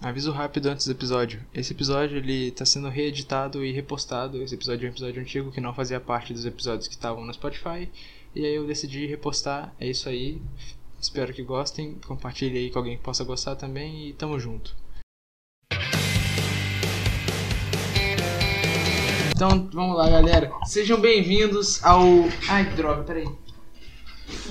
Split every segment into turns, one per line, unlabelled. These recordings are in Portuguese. Aviso rápido antes do episódio. Esse episódio ele tá sendo reeditado e repostado. Esse episódio é um episódio antigo que não fazia parte dos episódios que estavam no Spotify. E aí eu decidi repostar. É isso aí. Espero que gostem. Compartilhe aí com alguém que possa gostar também e tamo junto. Então vamos lá, galera. Sejam bem-vindos ao. Ai, droga, peraí.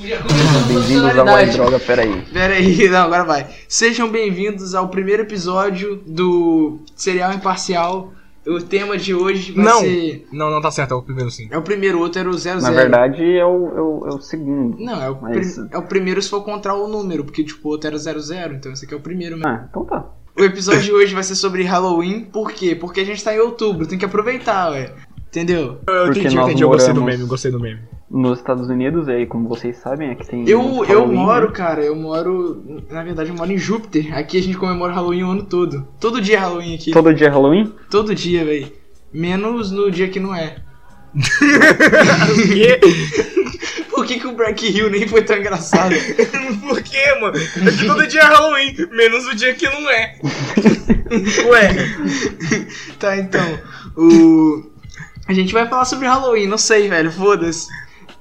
Já começou a
Ah, Bem-vindos ao Guarda
funcionalidade.
Droga, peraí.
Pera aí, não, agora vai. Sejam bem-vindos ao primeiro episódio do Serial Imparcial. O tema de hoje vai
Não.
ser.
Não, não tá certo, é o primeiro sim.
É o primeiro, o outro era o 00.
Na verdade, é o, é o, é o segundo.
Não, é o,
Mas
prim-
isso-
é o primeiro se for contar o número, porque tipo, o outro era 00, então esse aqui é o primeiro mesmo.
Ah, então tá.
O episódio de hoje vai ser sobre Halloween, por quê? Porque a gente tá em outubro, tem que aproveitar, ué. Entendeu?
Eu
Porque
entendi, eu
nós
entendi. Eu gostei do
moramos-
meme, eu gostei do meme.
Nos Estados Unidos, aí, como vocês sabem, é que tem.
Eu, eu
Halloween,
moro,
né?
cara, eu moro. Na verdade, eu moro em Júpiter. Aqui a gente comemora Halloween o ano todo. Todo dia é Halloween aqui.
Todo dia é Halloween?
Todo dia, velho. Menos no dia que não é. Por que, que o Black Hill nem foi tão engraçado?
Por quê, mano? É que todo dia é Halloween, menos o dia que não é. Ué.
tá, então. O. A gente vai falar sobre Halloween, não sei, velho. Foda-se.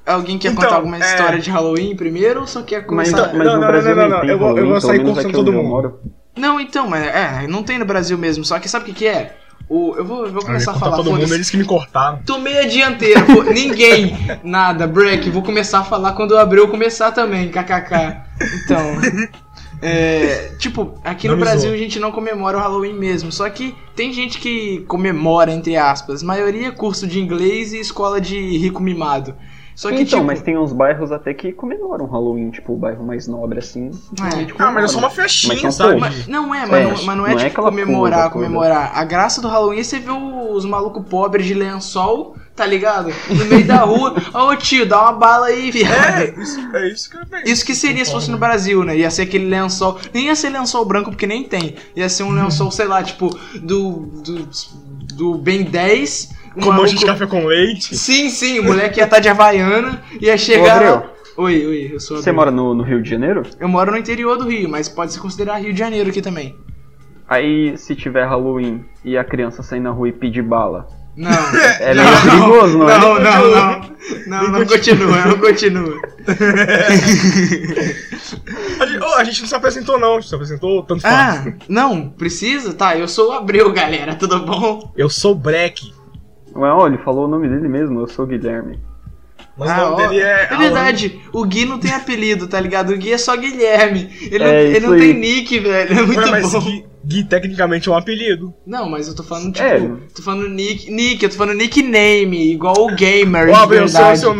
Alguém quer
Então,
contar alguma
é.
história de Halloween primeiro ou só quer
Mas, então,
começar?
mas
Não,
no
não,
Brasil
não, não,
nem
não,
tem
eu vou- eu
Halloween,
vou
pelo
sair
menos aqui
cortando
onde
todo
eu
mundo.
moro.
Não, então, mas é, não tem no Brasil mesmo, só que sabe o que, que é? O, eu, vou, eu vou começar a falar,
todo mundo,
foda-se.
eles que me cortaram.
Tomei a dianteira, pô. ninguém, nada, break, vou começar a falar quando eu abrir, eu começar também, kkk. Então, é, tipo, aqui
Não
no
me
Brasil
zoa.
a gente não comemora o Halloween mesmo, só que tem gente que comemora, entre aspas, maioria é curso de inglês e escola de rico mimado. Só que,
então,
tipo,
mas tem uns bairros até que comemoram Halloween, tipo, o bairro mais nobre, assim.
é,
Ah, mas é só uma
Mas é
festinha,
um
sabe?
pouco.
mas- não é, mas,
É,
não, mas não é,
não é
tipo
aquela
comemorar,
coisa, coisa.
comemorar. A graça do Halloween é você ver os malucos pobres de lençol, tá ligado? No meio da rua, ô tio, dá uma bala aí, viado.
É, isso, é isso que eu penso.
Isso que seria se fosse no Brasil, né? Ia ser aquele lençol. Nem ia ser lençol branco, porque nem tem. Ia ser um lençol, sei lá, tipo, do. do, do Ben 10. um
Com um monte de
maluco-
café com leite.
Sim, sim, o moleque ia estar de Havaiana, ia chegar.
Ô,
lá-
Abreu.
Oi, oi, eu sou
Você
Abreu.
mora no, no Rio de Janeiro?
Eu moro no interior do Rio, mas pode se considerar Rio de Janeiro aqui também.
Aí, se tiver Halloween e a criança sair na rua e pedir bala,
Não.
é meio perigoso, não, é?
Não, não, não. Não, não continua, não continua.
A gente, oh, a gente não se apresentou, não. A gente se apresentou tanto
Ah,
faz.
não, precisa? Tá, eu sou o Abreu, galera, tudo bom?
Eu sou Breck.
Ué, é? olha, ele falou o nome dele mesmo, eu sou o Guilherme.
Mas
Ah,
o
ó,
nome dele é.
É verdade, o Gui não tem apelido, tá ligado? O Gui é só Guilherme. Ele, não,
É
ele
isso
não tem
aí.
nick, velho. É
Alan.
muito
Ué, mas
bom.
Gui, Gui, tecnicamente, é um apelido.
Não, mas eu tô falando, tipo,
É.
tô falando nick. Nick, eu tô falando nickname, igual o gamer.
Ó,
de
Abreu, seu,
É verdade.
seu,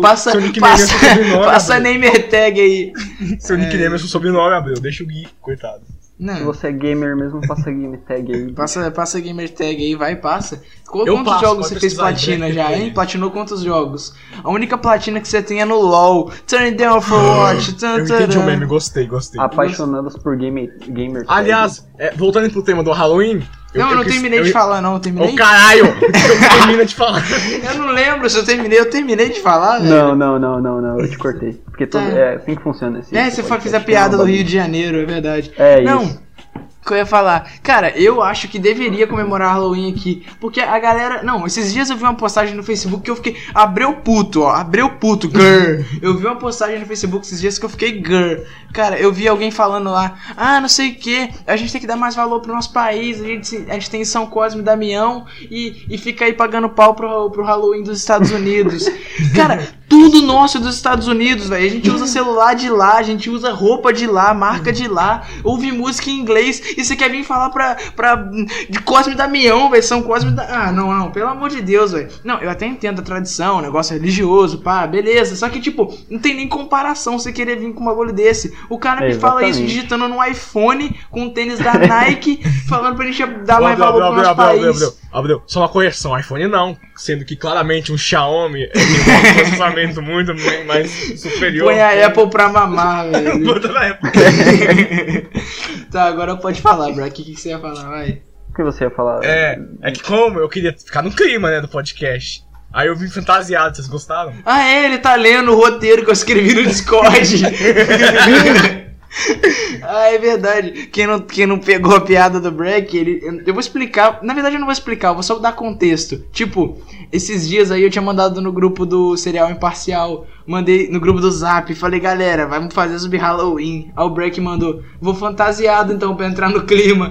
Passa,
seu nickname é
passa,
seu sobrenome.
passa
Abreu.
name tag aí.
Seu nickname é seu sobrenome, Abreu. Deixa o Gui, coitado.
Se
Não,
você é gamer mesmo, passa game tag aí.
passa, passa gamer tag aí, vai, passa. Qu-
Eu
quantos
passo,
jogos
pode
você fez
pesquisar aí,
platina
Drake,
já,
Drake.
hein? Platinou quantos jogos? A única platina que você tem é no LoL. Turn down for watch.
Ah, Eu entendi o meme, gostei, gostei.
Ah,
Apaixonados por game, gamer tag.
Aliás, é, voltando pro tema do Halloween.
Não, eu não
quis-
terminei
eu-
de falar, não. eu
Ô
Terminei.
caralho! Então termina de falar.
Eu não lembro se eu terminei, eu terminei de falar, velho.
Não, não, não, não, não, eu te cortei. Porque todo,
Tá.
é assim que funciona esse.
É, você
esse
foi,
podcast,
fez a piada
é
do
uma
Rio de Janeiro, é verdade.
É
não,
isso.
que eu ia falar. Cara, eu acho que deveria comemorar Halloween aqui. Porque a galera. Não, esses dias eu vi uma postagem no Facebook que eu fiquei. Abreu puto, ó. Abreu puto, girl. eu vi uma postagem no Facebook esses dias que eu fiquei girl. Cara, eu vi alguém falando lá. Ah, não sei o que. A gente tem que dar mais valor pro nosso país. A gente, se- a gente tem São Cosme e Damião. E, e fica aí pagando pau pro, pro Halloween dos Estados Unidos. Cara, tudo nosso é dos Estados Unidos, velho. A gente usa celular de lá, a gente usa roupa de lá, marca de lá, ouve música em inglês. E você quer vir falar pra, pra de Cosme e Damião, velho? São Cosme e da... Ah, não, não, pelo amor de Deus, velho. Não, eu até entendo a tradição, o negócio é religioso, pá, beleza. Só que, tipo, não tem nem comparação você querer vir com um bagulho desse. O cara
É,
me fala isso
exatamente.
digitando no iPhone com o tênis da Nike, falando pra gente dar
Ô,
mais valor pro nosso país.
Abreu, Abreu, só uma correção, iPhone não. Sendo que claramente um Xiaomi é, tem um processamento muito mais superior.
Põe a Apple pra mamar, velho.
Bota na Apple.
tá, agora pode falar, bro. O que, que você ia falar? Vai.
boa. O que você ia falar?
É, é que como eu queria ficar no clima, né, do podcast. Aí eu vim fantasiado, vocês gostaram?
Ah, é, ele tá lendo o roteiro que eu escrevi no Discord. Ah, é verdade. Quem não, quem não pegou a piada do Breck, ele. eu- Eu vou explicar. Na verdade, eu não vou explicar, eu vou só dar contexto. Tipo, esses dias aí eu tinha mandado no grupo do Serial Imparcial. Mandei no grupo do Zap. Falei, galera, vamos fazer zumbi Halloween. Aí o Breck mandou, vou fantasiado então pra entrar no clima.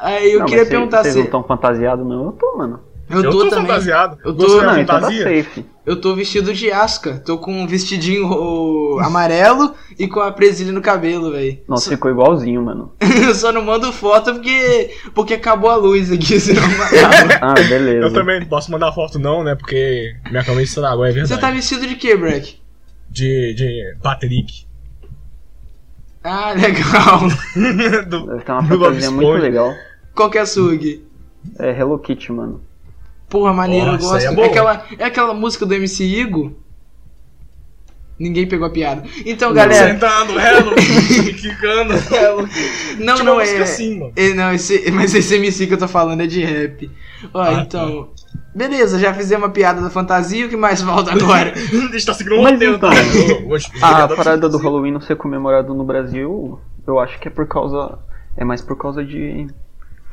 aí eu
Não, mas
queria
cê-
perguntar
Vocês
se.
não tá- estão fantasiados, não? Eu tô, mano.
Eu tô, também.
fantasiado.
Eu tô-
Você
Não,
é
não, então tá
fantasia?
safe.
Eu tô vestido de Asca. Tô com um vestidinho ô, amarelo e com a presilha no cabelo, velho.
Nossa, ficou igualzinho, mano.
Eu só não mando foto porque. porque acabou a luz aqui, senão eu matava.
Ah, beleza.
Eu também não posso mandar foto não, né? Porque minha câmera estragou, é verdade.
Você tá vestido de quê, Breck?
De, de Patrick.
Ah, legal.
Do-
Tem uma
do Bob
fantasia muito
Esponja.
legal.
Qual que é a Sug?
É Hello Kitty, mano.
Porra, maneiro, eu
Nossa,
gosto.
é
É,
boa.
aquela, é aquela música do MC Igo? Ninguém pegou a piada. Então,
Não.
galera.
Sentando, hello, quicando. hello.
Não,
Tinha
não
Tipo, uma
é.
música assim, mano.
é, Não, esse, mas esse MC que eu tô falando é de rap. Ó,
Ah,
então. Beleza, já fizemos uma piada da fantasia, o que mais falta agora?
A gente tá seguindo um
Mas
roteiro,
então, ah,
tá? Ô, ô, gente,
A
é
jogador
parada do
assim.
precisa-
Halloween não ser comemorado no Brasil, eu acho que é por causa. É mais por causa de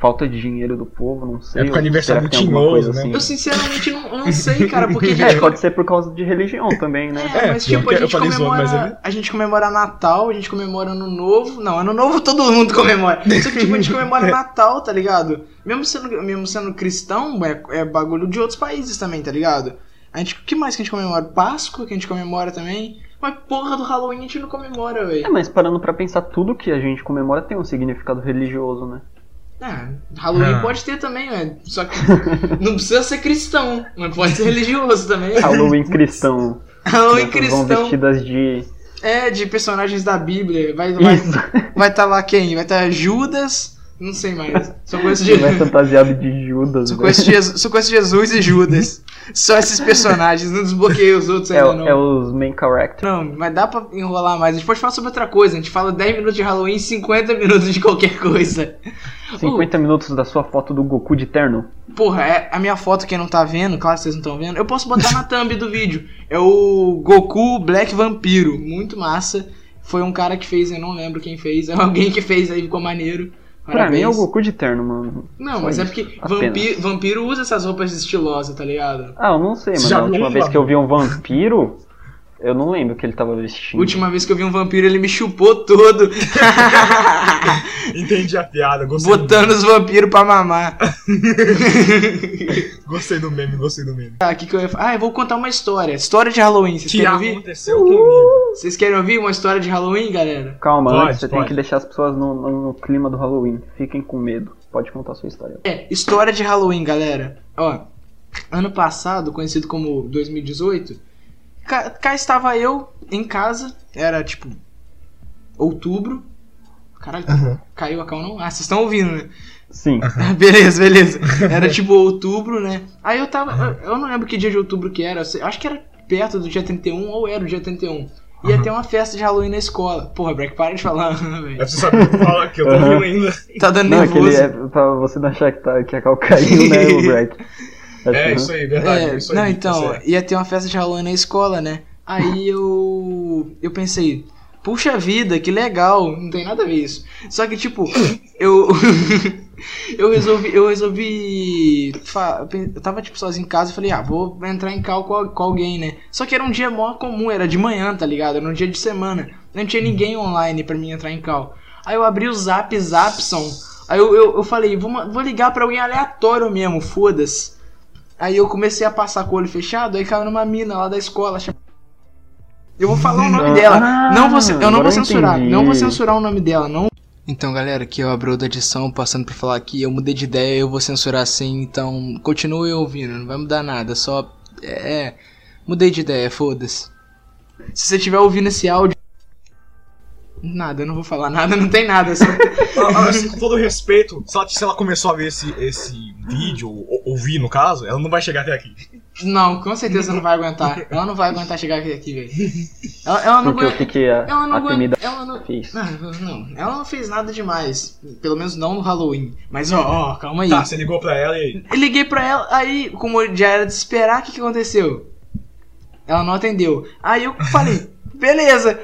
falta de dinheiro do povo, não sei.
É porque
ou
o aniversário
será que tem
do
alguma coisa assim?
Tinhoso, né?
Eu sinceramente não, eu não sei, cara, porque a gente
É, pode ser por causa de religião também, né?
É,
É,
mas
pior
tipo,
que
a
eu
gente,
falei zoando,
comemora,
mas
a gente comemora Natal, a gente comemora Ano Novo. Não, Ano Novo todo mundo comemora. Só que tipo, a gente
É.
comemora Natal, tá ligado? Mesmo sendo, mesmo sendo cristão, é, é bagulho de outros países também, tá ligado? A gente, o que mais que a gente comemora? Páscoa, que a gente comemora também. Mas porra do Halloween a gente não comemora,
É,
velho.
mas parando pra pensar, tudo que a gente comemora tem um significado religioso, né?
Ah, Halloween
Ah.
pode ter também, velho. Só que não precisa ser cristão, mas pode ser religioso também.
Halloween cristão.
Halloween
Né? Vão
cristão.
vestidas de.
É, de personagens da Bíblia. Vai, vai,
Isso.
Vai estar lá quem? Vai estar Judas? Não sei mais. Só conheço,
Ele vai
Je...
fantasiado de Judas.
Só
né?
conheço Jesus, só conheço Jesus e Judas. Só esses personagens, não desbloqueei os outros
É,
ainda
o-
não.
é os main characters.
Não, mas dá pra enrolar mais. A gente pode falar sobre outra coisa. A gente fala 10 minutos de Halloween e 50 minutos de qualquer coisa. Oh.
50 minutos da sua foto do Goku de terno.
Porra, é a minha foto, quem não tá vendo, claro que vocês não estão vendo, eu posso botar na thumb do vídeo. É o Goku Black Vampiro. Muito massa. Foi um cara que fez, eu não lembro quem fez. É alguém que fez aí, ficou maneiro.
Pra mim é o
Parabéns.
Goku de terno, mano.
Não,
Só
mas é
isso.
porque
Apenas.
vampiro, vampiro usa essas roupas estilosas, tá ligado?
Ah, eu não sei,
Você
mano.
já
A
viu
última
um
vez que eu vi um vampiro, eu não lembro o que ele tava vestindo.
Última vez que eu vi um vampiro, ele me chupou todo,
Entendi a piada, gostei, do,
botando os vampiros pra mamar.
gostei do meme, gostei do meme.
Ah, que que eu ia fa- Ah, eu vou contar uma história. História de Halloween, vocês
Que
querem ouvir?
aconteceu comigo.
Vocês querem ouvir uma história de Halloween, galera?
Calma,
Pode,
antes você
pode.
tem que deixar as pessoas no, no- no clima do Halloween. Fiquem com medo. Pode contar a sua história.
É, história de Halloween, galera. Ó, ano passado, conhecido como 2018, cá, cá estava eu em casa, era tipo outubro. Caralho,
Uhum.
caiu a cal não? Ah, vocês estão ouvindo, né?
Sim.
Beleza, beleza. Era tipo outubro, né? Aí eu tava. Eu eu não lembro que dia de outubro que era. eu sei- Acho que era perto do dia 31 ou era o dia 31. Ia ter uma festa de Halloween na escola. Porra, Breck, para de falar,
É
velho.
pra você saber o que fala, que eu tô
Uhum.
rindo ainda.
Tá dando
Não, aquele
nervoso.
é pra você não achar que, tá, que a cal caiu, né, o Assim, Breck?
É, isso aí, verdade.
É,
isso aí,
não, então,
tá certo.
ia ter uma festa de Halloween na escola, né? Aí eu. Eu pensei, puxa vida, que legal, não tem nada a ver isso. Só que, tipo, eu. eu resolvi. Eu resolvi. fa- Eu tava, tipo, sozinho em casa e falei, ah, vou entrar em cal com, al- com alguém, né? Só que era um dia mó comum, era de manhã, tá ligado? Era um dia de semana. Não tinha ninguém online pra mim entrar em cal. Aí eu abri o zap Zapson. Aí eu, eu, eu falei, vou, ma- vou ligar pra alguém aleatório mesmo, foda-se. Aí eu comecei a passar com o olho fechado, aí caiu numa mina lá da escola. chama- Eu vou falar o nome
Ah,
dela. não vou, cen- eu não
agora
vou
eu
censurar.
entendi.
Não vou censurar o nome dela, não. Então, galera, aqui é o Abreu da edição, passando pra falar aqui. Eu mudei de ideia, eu vou censurar sim. Então, continue ouvindo, não vai mudar nada. Só. É. é, mudei de ideia, foda-se. Se você estiver ouvindo esse áudio. Nada, eu não vou falar nada, não tem nada. é Só...
Ah, ah, assim, com todo respeito, se ela, se ela começou a ver esse, esse vídeo, ou ouvir no caso, ela não vai chegar até aqui.
Não, com certeza não vai aguentar. Ela não vai aguentar chegar aqui, aqui velho. Ela, ela não
Porque o
aguenta.
que, que a,
Ela não
a temida
aguenta. Ela não.
fez?
Ah, não, ela não fez nada demais. Pelo menos não no Halloween. Mas ó, ó, calma aí.
Tá, você ligou pra ela e.
Eu liguei pra ela, aí, como já era de esperar, o que, que aconteceu? Ela não atendeu. Aí eu falei, beleza,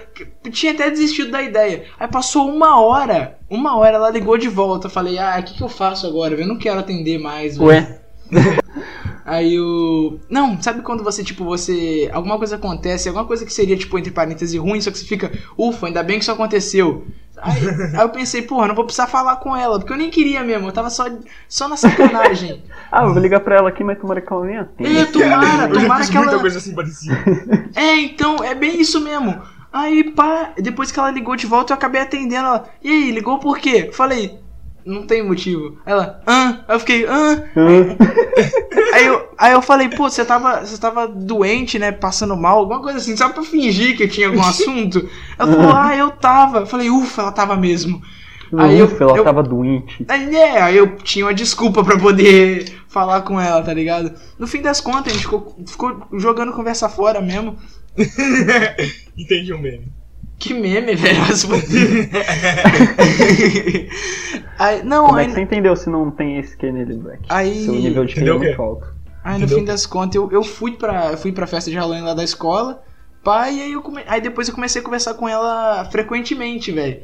tinha até desistido da ideia. Aí passou uma hora, uma hora ela ligou de volta. Eu falei, ah, o que, que eu faço agora? velho? Eu não quero atender mais. velho."
Ué,
Aí o. Não, sabe quando você, tipo, você. Alguma coisa acontece, alguma coisa que seria, tipo, entre parênteses ruim, só que você fica, ufa, ainda bem que isso aconteceu. Aí, aí eu pensei, porra, não vou precisar falar com ela, porque eu nem queria mesmo, eu tava só, só na sacanagem.
ah, eu vou ligar pra ela aqui, mas tomara que ela nem atenda.
Ê, tomara,
Eu já
tomara
fiz
que
muita
ela.
coisa assim parecida.
É, então, é bem isso mesmo. Aí, pá, depois que ela ligou de volta, eu acabei atendendo ela. E aí, ligou por quê? Falei, não tem motivo. Ela, ah, aí eu fiquei, ah,
Hã?
Aí eu, aí eu falei, pô, você tava, você tava doente, né? Passando mal, alguma coisa assim, só pra fingir que tinha algum assunto. Ela falou, ah, eu tava. Eu falei, ufa, ela tava mesmo. Aí eu-
Ufa, ela
eu-
tava doente.
Aí, é, aí eu tinha uma desculpa pra poder falar com ela, tá ligado? No fim das contas, a gente ficou, ficou jogando conversa fora mesmo.
Entendi o meme.
Que meme, velho. vai se fuder. aí, não,
Como é
aí,
que você entendeu se não tem esse que nele, Black?
Aí-
Seu nível de
Entendeu
crime
o
é muito
quê?
alto.
Aí no
Entendeu?
fim das contas eu, eu fui pra eu fui pra festa de Halloween lá da escola, pá, e aí eu come... aí depois eu comecei a conversar com ela frequentemente, velho.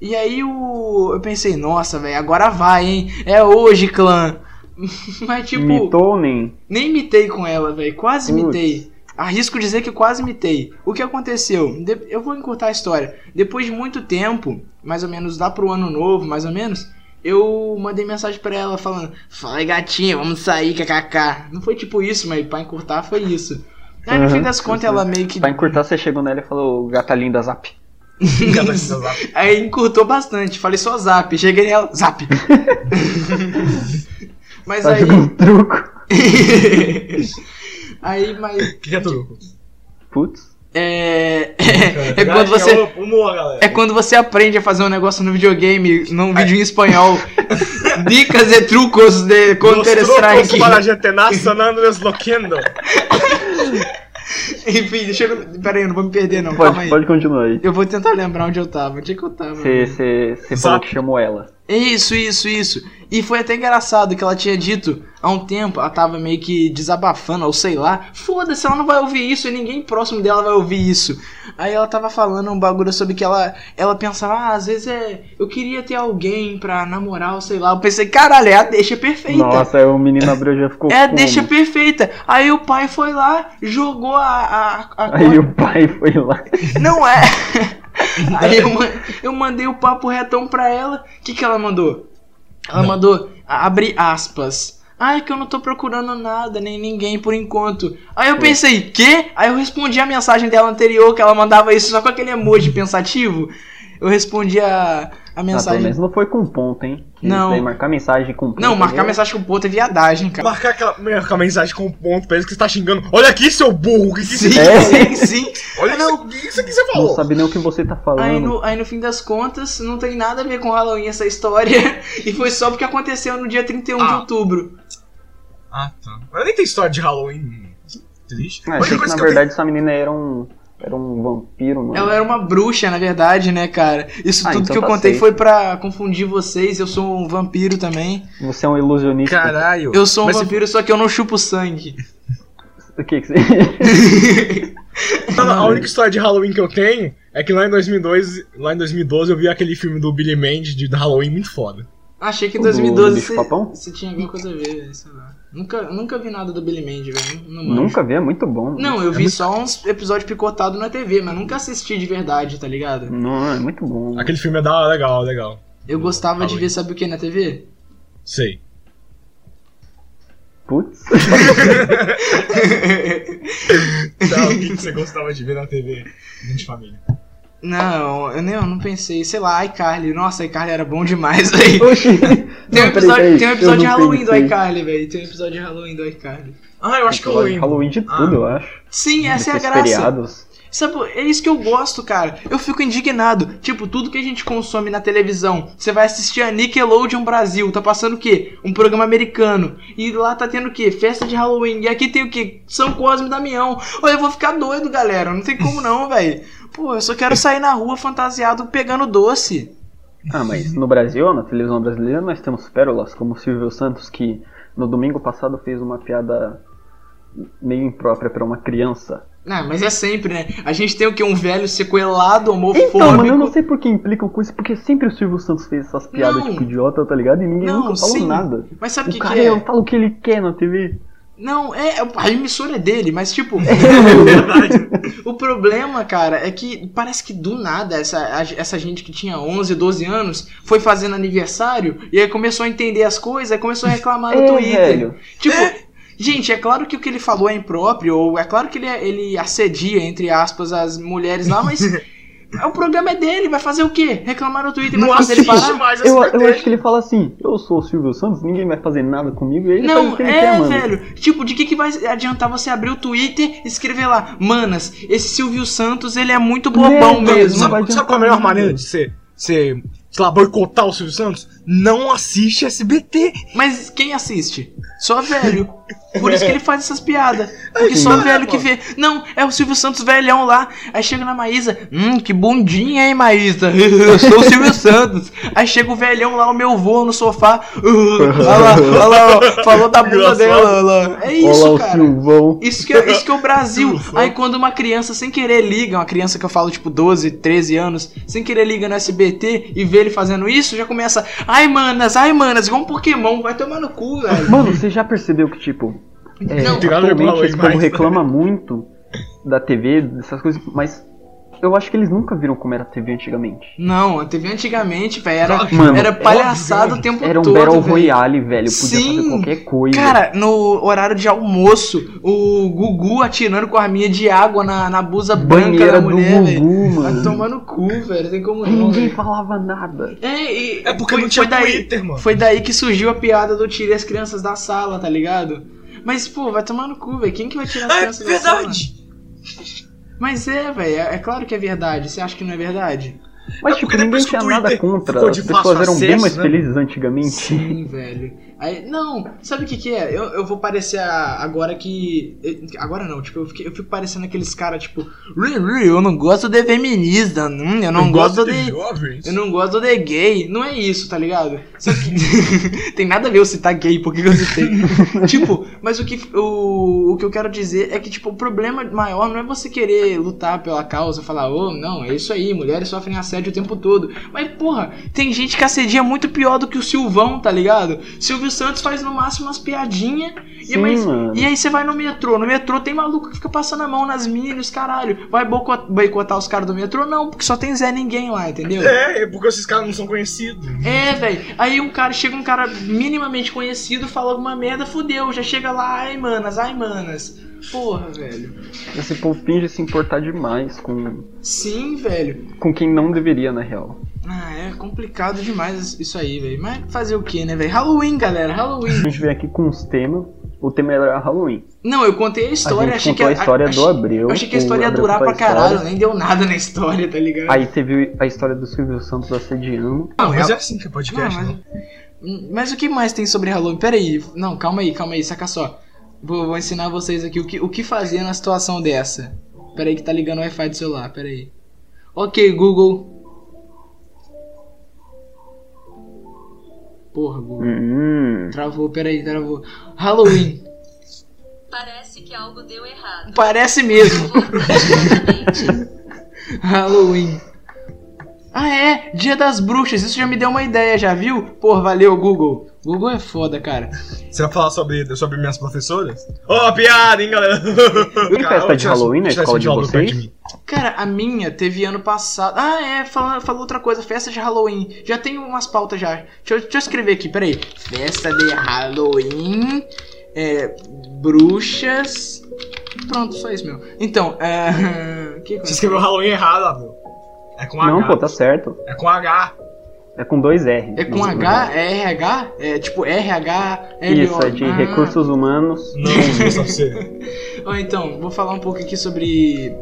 E aí o... eu pensei, nossa, velho, agora vai, hein? É hoje, clã. Mas tipo,
Imitou ou nem?
nem mitei com ela, velho, quase
Putz.
mitei. Arrisco dizer que quase mitei. O que aconteceu? De- Eu vou encurtar a história. Depois de muito tempo, mais ou menos lá pro ano novo, mais ou menos, eu mandei mensagem pra ela falando: Fala aí, gatinha, vamos sair, kkk. Não foi tipo isso, mas pra encurtar foi isso. Aí no
Uhum.
fim das contas ela meio que.
Pra encurtar, você chegou nela e falou, gata linda, zap.
Cada zap.
Aí encurtou bastante. Falei só zap. Cheguei nela, zap. mas
Tá
aí.
jogando truco.
aí, mas.
O que que é truco?
Putz.
É.
Cara,
É quando
galera,
você.
Humor, galera.
É quando você aprende a fazer um negócio no videogame, num vídeo em espanhol. Dicas e trucos de
Los trucos
Counter-Strike.
para a gente nacionando desbloqueando.
Enfim, deixa eu. Pera aí, eu não vou me perder, não. Calma
Pode,
aí.
pode continuar aí.
Eu vou tentar lembrar onde eu tava. Onde é que eu tava?
Você- Você você
Zap.
falou que chamou ela.
Isso, isso, isso. E foi até engraçado que ela tinha dito há um tempo, ela tava meio que desabafando, ou sei lá. Foda-se, ela não vai ouvir isso e ninguém próximo dela vai ouvir isso. Aí ela tava falando um bagulho sobre que ela, ela pensava, ah, às vezes é. Eu queria ter alguém pra namorar, ou sei lá. Eu pensei, caralho, é a deixa perfeita.
Nossa, aí o menino abriu e já ficou
É a
como?
deixa perfeita. Aí o pai foi lá, jogou a. a, a
Aí o pai foi lá. Ah,
Não é! Aí eu, man- eu mandei o papo retão pra ela. O que, que ela mandou? Ela mandou a- abre aspas. Ai, que eu não tô procurando nada, nem ninguém por enquanto. Aí
É.
eu pensei, quê? Aí eu respondi a mensagem dela anterior, que ela mandava isso só com aquele emoji pensativo. Eu respondi a, a
Ah, pelo
mensagem.
menos não foi com ponto, hein? Que
Não.
isso daí, marcar mensagem com ponto.
Não, marcar
né?
mensagem com ponto é viadagem, cara.
Marcar aquela marcar mensagem com um ponto pra eles que você tá xingando. Olha aqui, seu burro. Que que
Sim,
você-
É?
sim, sim.
Olha isso, que isso aqui você
é
Não
falou.
sabe nem o que você tá
Aí
falando.
no, aí no fim das contas, não tem nada a ver com Halloween essa história. E foi só porque aconteceu no dia 31 de
Ah.
outubro.
Ah, tá. Mas nem tem história de Halloween. Que Triste.
Ah,
Olha
achei que
coisa
na
que eu
verdade essa menina era um. Era um vampiro, mano.
Ela era uma bruxa, na verdade, né, cara? Isso
Ah,
tudo
então
que eu
tá
contei
safe.
foi pra confundir vocês. Eu sou um vampiro também.
Você é um
tenho.
ilusionista.
Caralho.
Eu sou um
Mas se-
vampiro, só que eu não chupo sangue.
O que que você.
a única história de Halloween que eu tenho é que lá em 2002, lá em 2012 eu vi aquele filme do Billy Mandy de Halloween muito foda.
Achei que em
Do
2012
bicho papão?
você tinha alguma coisa a ver, velho, sei lá. Nunca, nunca vi nada do Billy Mandy, velho. Não, não manjo.
Nunca vi, é muito bom.
Não, eu
É
vi
muito-
só uns episódios picotados na TV, mas nunca assisti de verdade, tá ligado?
Não, é muito bom.
Aquele filme é da hora, legal, legal.
Eu gostava de
Tá
Halloween.
ver, sabe o que na TV?
Sei.
Putz.
Tá, o que que você gostava de ver na TV? De família.
Não, eu nem eu não pensei. Sei lá, iCarly. Nossa, iCarly era bom demais, velho.
Oxi.
Tem um
Não, peraí,
episódio,
peraí,
tem um
eu
episódio de
não
Halloween do
pensei.
iCarly, velho. Tem um episódio de Halloween do iCarly.
Ah, eu acho que eu
Episódio de
lembro.
Halloween de tudo, eu acho.
Sim, Ah. essa é a
Desses
graça.
feriados.
Sabe, é isso que eu gosto, cara. Eu fico indignado. Tipo, tudo que a gente consome na televisão. Você vai assistir a Nickelodeon Brasil. Tá passando o quê? Um programa americano. E lá tá tendo o quê? Festa de Halloween. E aqui tem o quê? São Cosme e Damião. Olha, eu vou ficar doido, galera. Não tem como não, velho. Pô, eu só quero sair na rua fantasiado pegando doce.
Ah, mas no Brasil, na televisão brasileira, nós temos pérolas como o Silvio Santos, que no domingo passado fez uma piada meio imprópria pra uma criança.
Não, mas é sempre, né? A gente tem o que? Um velho sequelado homofóbico.
Então, mano, eu não sei por que implicam com isso, porque sempre o Silvio Santos fez essas piadas
Não.
tipo idiota, tá ligado? E ninguém
Não,
nunca falou
sim.
nada.
Mas sabe o
O
que,
cara um-
que é?
ele fala o que ele quer na TV.
Não, é, a emissora é dele, mas tipo,
Verdade.
o problema, cara, é que parece que do nada essa, a- essa gente que tinha 11, 12 anos foi fazendo aniversário e aí começou a entender as coisas e começou a reclamar no
É,
Twitter.
velho.
Tipo, gente, é claro que o que ele falou é impróprio, ou é claro que ele, ele assedia, entre aspas, as mulheres lá, mas o programa é dele, vai fazer o quê? Reclamar no Twitter, vai
Não
fazer ele
assiste
parar?
mais
Eu,
SBT.
eu acho que ele fala assim, eu sou o Silvio Santos, ninguém vai fazer nada comigo, e ele faz o
Não,
que ele
é,
quer, mano.
velho. Tipo, de que, que vai adiantar você abrir o Twitter e escrever lá, manas, esse Silvio Santos, ele é muito bobão
Né,
mesmo.
não vai
Sabe,
adiantar
sabe qual é a melhor
nada.
maneira de você, você, sei lá, boicotar o Silvio Santos? Não assiste SBT.
Mas quem assiste? Só velho. Por isso que ele faz essas piadas. Porque
Sim.
só
Ah,
velho que vê. Não, é o Silvio Santos velhão lá. Aí chega na Maísa. Hum, que bundinha, hein, Maísa? Eu sou o Silvio Santos. Aí chega o velhão lá, o meu vô no sofá. Uh, olha lá, olha lá, ó, falou da bunda
Engraçado.
dela. olha lá. É
Olha lá
isso,
o
cara.
Silvão.
Isso que, é, isso que é o Brasil.
Silvão.
Aí quando uma criança sem querer liga, uma criança que eu falo tipo 12, 13 anos, sem querer liga no SBT e vê ele fazendo isso, já começa, ai manas, ai manas, igual um Pokémon, vai tomar no cu, velho.
Mano, você já percebeu que, tipo, é,
Não.
Tem nada a ver com
atualmente
a
esse povo
mais.
reclama muito da TV, dessas coisas, mas eu acho que eles nunca viram como era a TV antigamente.
Não, a TV antigamente, velho, era,
Mano,
era palhaçada
óbvio,
o tempo
Era um
todo.
Battle
velho.
Royale, velho, podia
Sim.
fazer qualquer coisa.
Cara, no horário de almoço, o Gugu atirando com a arminha de água na, na blusa branca da
banheira do
mulher, velho.
Gugu,
Vai
mano.
tomar no cu, velho, tem como não.
Ninguém
velho.
falava nada.
É, e-
É porque
foi-
não tinha
foi daí,
Twitter, mano.
Foi daí que surgiu a piada do tire as crianças da sala, tá ligado? Mas, pô, vai tomar no cu, velho. Quem que vai tirar as
É
crianças da sala?
verdade.
Mas é, velho. É, é claro que é verdade. Você acha que não é verdade?
Mas,
É
tipo,
porque
ninguém
depois que o
tinha nada
Twitter
contra.
ficou
As
de
pessoas
fácil
eram bem
acesso,
mais
né?
felizes antigamente.
Sim, velho. Aí, não, sabe o que que é? Eu, eu vou parecer a- agora que... eu- Agora não, tipo, eu, fiquei- eu fico parecendo aqueles caras, tipo... "Ru, ru, Eu não gosto de feminista, hum, eu não gosto de...
jovens.
Eu não gosto de gay. Não é isso, tá ligado? Só que. Tem nada a ver eu citar gay, por que que eu citei? tipo, mas o que, o, o que eu quero dizer é que, tipo, o problema maior não é você querer lutar pela causa, falar, ô, não, é isso aí, mulheres sofrem assédio o tempo todo. Mas, porra, tem gente que assedia muito pior do que o Silvão, tá ligado? Silvio Santos faz no máximo umas piadinhas. E,
Sim,
mas,
mano.
e aí você vai no metrô, no metrô tem maluco que fica passando a mão nas minas, caralho. Vai boico- boicotar os caras do metrô? Não, porque só tem Zé ninguém lá, entendeu?
É, é porque esses caras não são conhecidos.
É, velho. Aí um cara chega um cara minimamente conhecido, fala alguma merda, fudeu, já chega lá, ai manas, ai manas. Porra, velho.
Esse povo finge se importar demais com,
Sim, velho.
com quem não deveria, na real.
Ah, é complicado demais isso aí, velho. Mas fazer o que, né, velho? Halloween, galera, Halloween.
A gente veio aqui com os temas. O tema era Halloween.
Não, eu contei a
A
história,
gente
achei que
contou a história
achei-
do Abreu.
Eu achei que a
o
história ia
Abreu
durar
contou
pra
a história.
caralho, nem deu nada na história, tá ligado?
Aí teve a história do Silvio Santos assediando.
Não,
Mas
é-
é assim que é podcast.
Não,
né?
mas... mas o que mais tem sobre Halloween? Pera aí, não, calma aí, calma aí, saca só. Vou, vou ensinar vocês aqui o que, o que fazer na situação dessa. Pera aí que tá ligando o Wi-Fi do celular, pera aí. Ok, Google. Porra, Google.
Hum.
Travou, pera aí, travou. Halloween.
Parece que algo deu errado.
Parece mesmo.
Vou rapidamente.
Halloween. Ah é, Dia das Bruxas, isso já me deu uma ideia, já viu? Pô, valeu, Google. Google é foda, cara.
Você vai falar sobre, sobre minhas professoras? Ô, piada, hein, galera?
Tem festa
Cara, eu
de
tivesse-
Halloween na
tivesse
escola
um
de
diálogo
vocês?
perto de mim.
Cara, a minha teve ano passado. Ah, é, fala- falou outra coisa, festa de Halloween. Já tem umas pautas já. Deixa eu, deixa eu escrever aqui, peraí. Festa de Halloween. É, bruxas. Pronto, só isso mesmo. Então, é. Que
Você
coisa?
escreveu Halloween errado, Abu. É com H.
Não, pô, tá certo.
É com H.
É com dois R.
É com H? É RH? É tipo RH?
Isso, é de
Ah.
recursos humanos.
Não, não só pra você.
Ó, então, vou falar um pouco aqui sobre.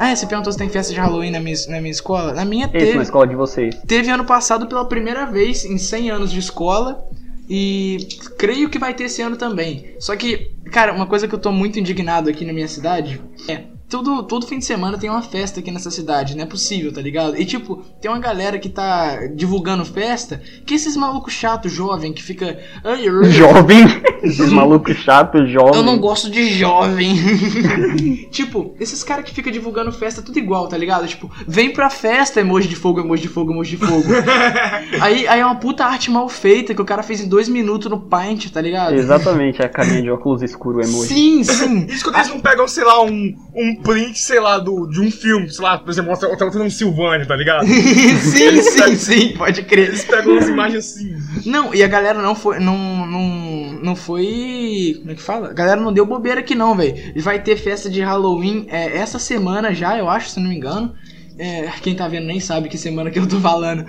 Ah, você perguntou se tem festa de Halloween na minha, na minha escola? Na minha
É Isso,
teve.
na escola de vocês.
Teve ano passado pela primeira vez em 100 anos de escola e creio que vai ter esse ano também. Só que, cara, uma coisa que eu tô muito indignado aqui na minha cidade é Todo, todo fim de semana tem uma festa aqui nessa cidade, não é possível, tá ligado? E tipo, tem uma galera que tá divulgando festa, que esses malucos chato jovem que fica. "Ai, eu-
Jovem? Esses malucos chatos, jovem.
Eu não gosto de jovem. tipo, esses caras que ficam divulgando festa tudo igual, tá ligado? Tipo, vem pra festa, emoji de fogo, emoji de fogo, emoji de fogo. aí, aí é uma puta arte mal feita que o cara fez em dois minutos no Paint, tá ligado?
Exatamente, a carinha de óculos escuro é emoji.
Sim, sim.
Isso quando eles não pegam, sei lá, um, um print, sei lá, do, de um filme, sei lá, por exemplo, eu tava fazendo um Silvânia, tá ligado?
sim, sim, sim, pode crer.
Eles pegam umas imagens assim.
Não, e a galera não foi. Não, não, não foi. Como é que fala? A galera não deu bobeira aqui, não, velho. E vai ter festa de Halloween é, essa semana já, eu acho, se não me engano. É, quem tá vendo nem sabe que semana que eu tô falando.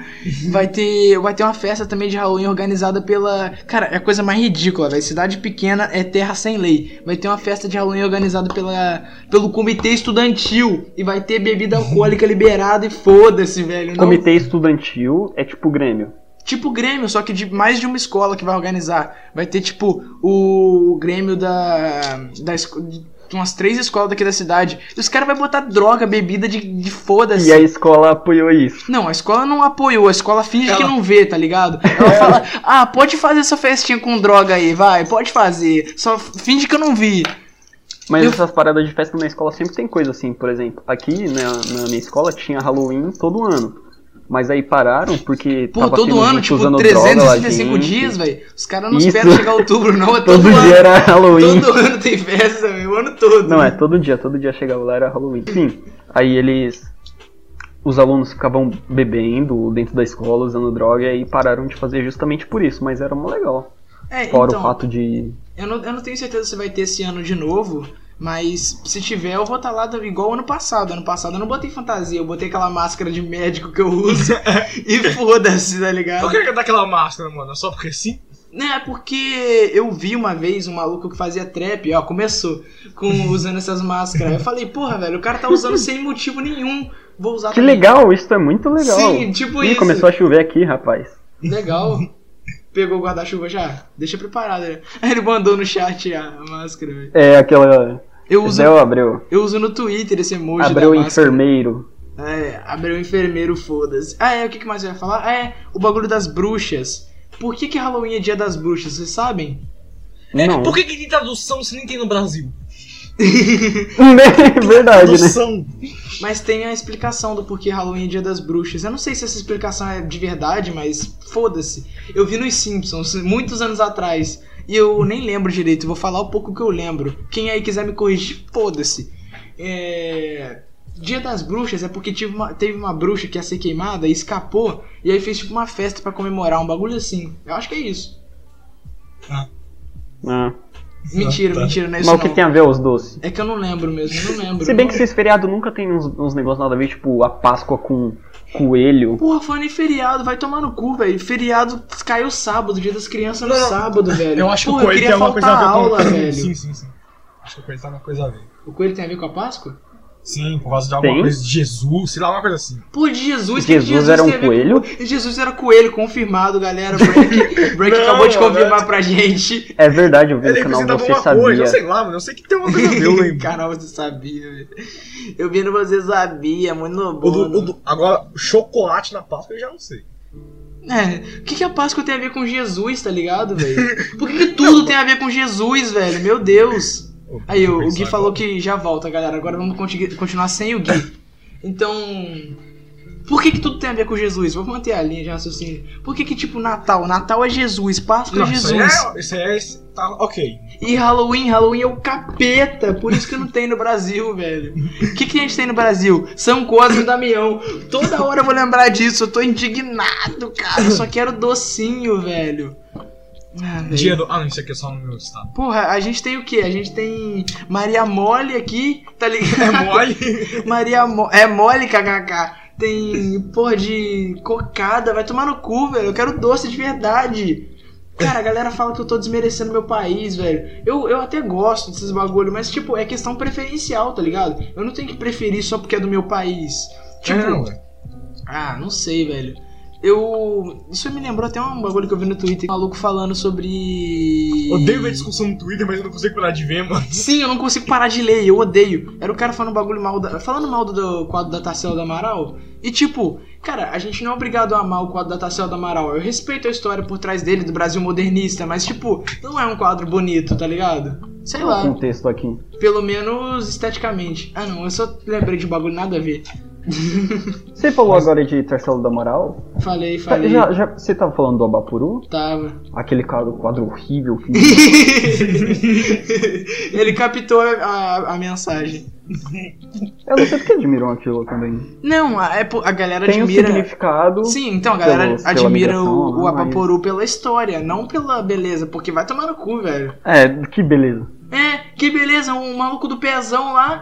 Vai ter, vai ter uma festa também de Halloween organizada pela. Cara, é a coisa mais ridícula, velho. Cidade pequena é terra sem lei. Vai ter uma festa de Halloween organizada pela, pelo comitê estudantil. E vai ter bebida alcoólica liberada e foda-se, velho. Não-
Comitê estudantil é tipo Grêmio.
Tipo o Grêmio, só que de mais de uma escola que vai organizar. Vai ter, tipo, o Grêmio da. da esco- de umas três escolas daqui da cidade. E os caras vão botar droga, bebida de, de foda-se.
E a escola apoiou isso.
Não, a escola não apoiou, a escola finge que
Ela-
não vê, tá ligado? Ela fala, ah, pode fazer essa festinha com droga aí, vai, pode fazer. Só finge que eu não vi.
Mas
Eu-
essas paradas de festa na escola sempre tem coisa assim, por exemplo, aqui na, na minha escola tinha Halloween todo ano. Mas aí pararam porque
Pô,
tava
todo
tendo
ano,
gente
tipo,
usando droga lá
365
dentro.
dias, velho. Os caras não
Isso.
esperam chegar outubro, não. É todo,
Todo
ano.
dia era Halloween.
Todo ano tem festa, meu, o ano todo.
Não, é todo dia, todo dia chegava lá era Halloween. Sim. Aí eles os alunos ficavam bebendo dentro da escola, usando droga e aí pararam de fazer justamente por isso, mas era mó legal.
É,
Fora
então,
o fato de
Eu não, eu não tenho certeza se vai ter esse ano de novo, mas se tiver, eu vou estar lá do- igual ano passado. Ano passado eu não botei fantasia, eu botei aquela máscara de médico que eu uso e foda-se, tá
Eu
ligado?
queria dar aquela máscara, mano, só porque sim.
Não, é porque eu vi uma vez um maluco que fazia trap, ó, começou com usando essas máscaras. Eu falei, porra, velho, o cara tá usando sem motivo nenhum. Vou usar
Que
também.
legal, isso é muito legal.
Sim, tipo
Ih,
isso.
começou a chover aqui, rapaz.
Legal. Pegou o guarda-chuva já? Deixa preparado, né? Aí ele mandou no chat a máscara, velho.
É aquela
Eu uso,
Zé Abreu.
eu uso no Twitter esse emoji
Abreu
da máscara.
um enfermeiro.
É, abriu o enfermeiro, foda-se. Ah, é, o que que mais eu ia falar? Ah, é, o bagulho das bruxas. Por que que Halloween é dia das bruxas, vocês sabem? É,
não.
Por que, que tem tradução se nem tem no Brasil?
É Verdade, né?
tradução.
Mas tem a explicação do porquê Halloween é dia das bruxas. Eu não sei se essa explicação é de verdade, mas foda-se. Eu vi nos Simpsons, muitos anos atrás, e eu nem lembro direito, vou falar o pouco que eu lembro. Quem aí quiser me corrigir, foda-se. É... Dia das Bruxas é porque tive uma- teve uma bruxa que ia ser queimada e escapou, e aí fez tipo uma festa pra comemorar, um bagulho assim. Eu acho que é isso.
Ah,
Mentira,
Tá.
mentira, não é
mas
isso
o que
não.
tem a ver os doces?
É que eu não lembro mesmo, eu não lembro.
Se bem que esses feriados nunca tem uns, uns negócios nada a ver, tipo a Páscoa com coelho.
Porra, falando em feriado, vai tomar no cu, velho. Feriado caiu sábado, dia das crianças no
Não, não.
sábado, velho.
Eu acho que
Porra,
o coelho
queria
tem alguma coisa
faltar
a ver com
aula, velho.
Sim, sim, sim. Acho que o coelho tem alguma coisa a ver.
O coelho tem a ver com a Páscoa?
Sim, por causa de alguma
Tem?
coisa de Jesus, sei lá, uma coisa assim.
Pô, de Jesus, que
Jesus, era
tem a
um
ver com-
coelho?
Jesus era coelho, confirmado, galera. O Break, Break
Não,
acabou de
mano.
confirmar pra gente.
É verdade, eu vi
Ele
no canal
representava
Você
alguma
Sabia.
coisa, eu sei lá, mano. Eu sei que tem uma coisa a ver, eu lembro.
Canal, você sabia, velho. Eu vendo você sabia, muito bom. né?
O do- o do- agora, o chocolate na Páscoa eu já não sei.
É, o que, que a Páscoa tem a ver com Jesus, tá ligado, velho? Por que, que tudo tem a ver com Jesus, velho? Meu Deus. Aí, o, o Gui falou que já volta, galera. Agora vamos conti- continuar sem o Gui. Então. Por que, que tudo tem a ver com Jesus? Vou manter a linha de raciocínio. Por que, que tipo, Natal? Natal é Jesus, Páscoa
Não,
é
isso
Jesus.
aí é, isso aí é- isso- tá, ok.
E Halloween, Halloween é o capeta, por isso que não tem no Brasil, velho. O que, que a gente tem no Brasil? São Cosme e Damião. Toda hora eu vou lembrar disso, eu tô indignado, cara. Eu só quero docinho, velho. Ah, velho.
Dia do... Ah, não, isso aqui é só no meu estado.
Porra, a gente tem o quê? A gente tem Maria Mole aqui, tá
É
ligado?
mole?
Maria Mo é mole, kkk. Tem porra de cocada, vai tomar no cu, velho. Eu quero doce de verdade. Cara, a galera fala que eu tô desmerecendo meu país, velho. Eu, eu até gosto desses bagulho, mas, tipo, é questão preferencial, tá ligado? Eu não tenho que preferir só porque é do meu país. Tipo,
Não, velho.
ah, não sei, velho. Eu. Isso me lembrou até um bagulho que eu vi no Twitter. um Maluco falando sobre.
Odeio ver discussão no Twitter, mas eu não consigo parar de ver, mano.
Sim, eu não consigo parar de ler, eu odeio. Era o cara falando um bagulho mal da- Falando mal do, do quadro da Tarsila do Amaral. E tipo, cara, a gente não é obrigado a amar o quadro da Tarsila do Amaral. Eu respeito a história por trás dele, do Brasil modernista, mas tipo, não é um quadro bonito, tá ligado? Sei
Qual é o
lá,
contexto aqui?
pelo menos esteticamente. Ah não, eu só lembrei de um bagulho nada a ver.
Você falou agora de Tercelo da Moral?
Falei,
Tá,
falei.
já- já- você tava falando do Abapuru?
Tava.
Aquele quadro, quadro horrível que
Ele captou a- a- a mensagem.
Eu não sei porque admiram aquilo também.
Não, a, é po- a galera
Tem um
admira. né?
significado.
Sim, então a
pelo-
galera
pela
admira
migração,
o, o
né, mas-
Apaporu pela história, não pela beleza, porque vai tomar no cu, velho.
É, que beleza.
É, que beleza, um maluco do pezão lá.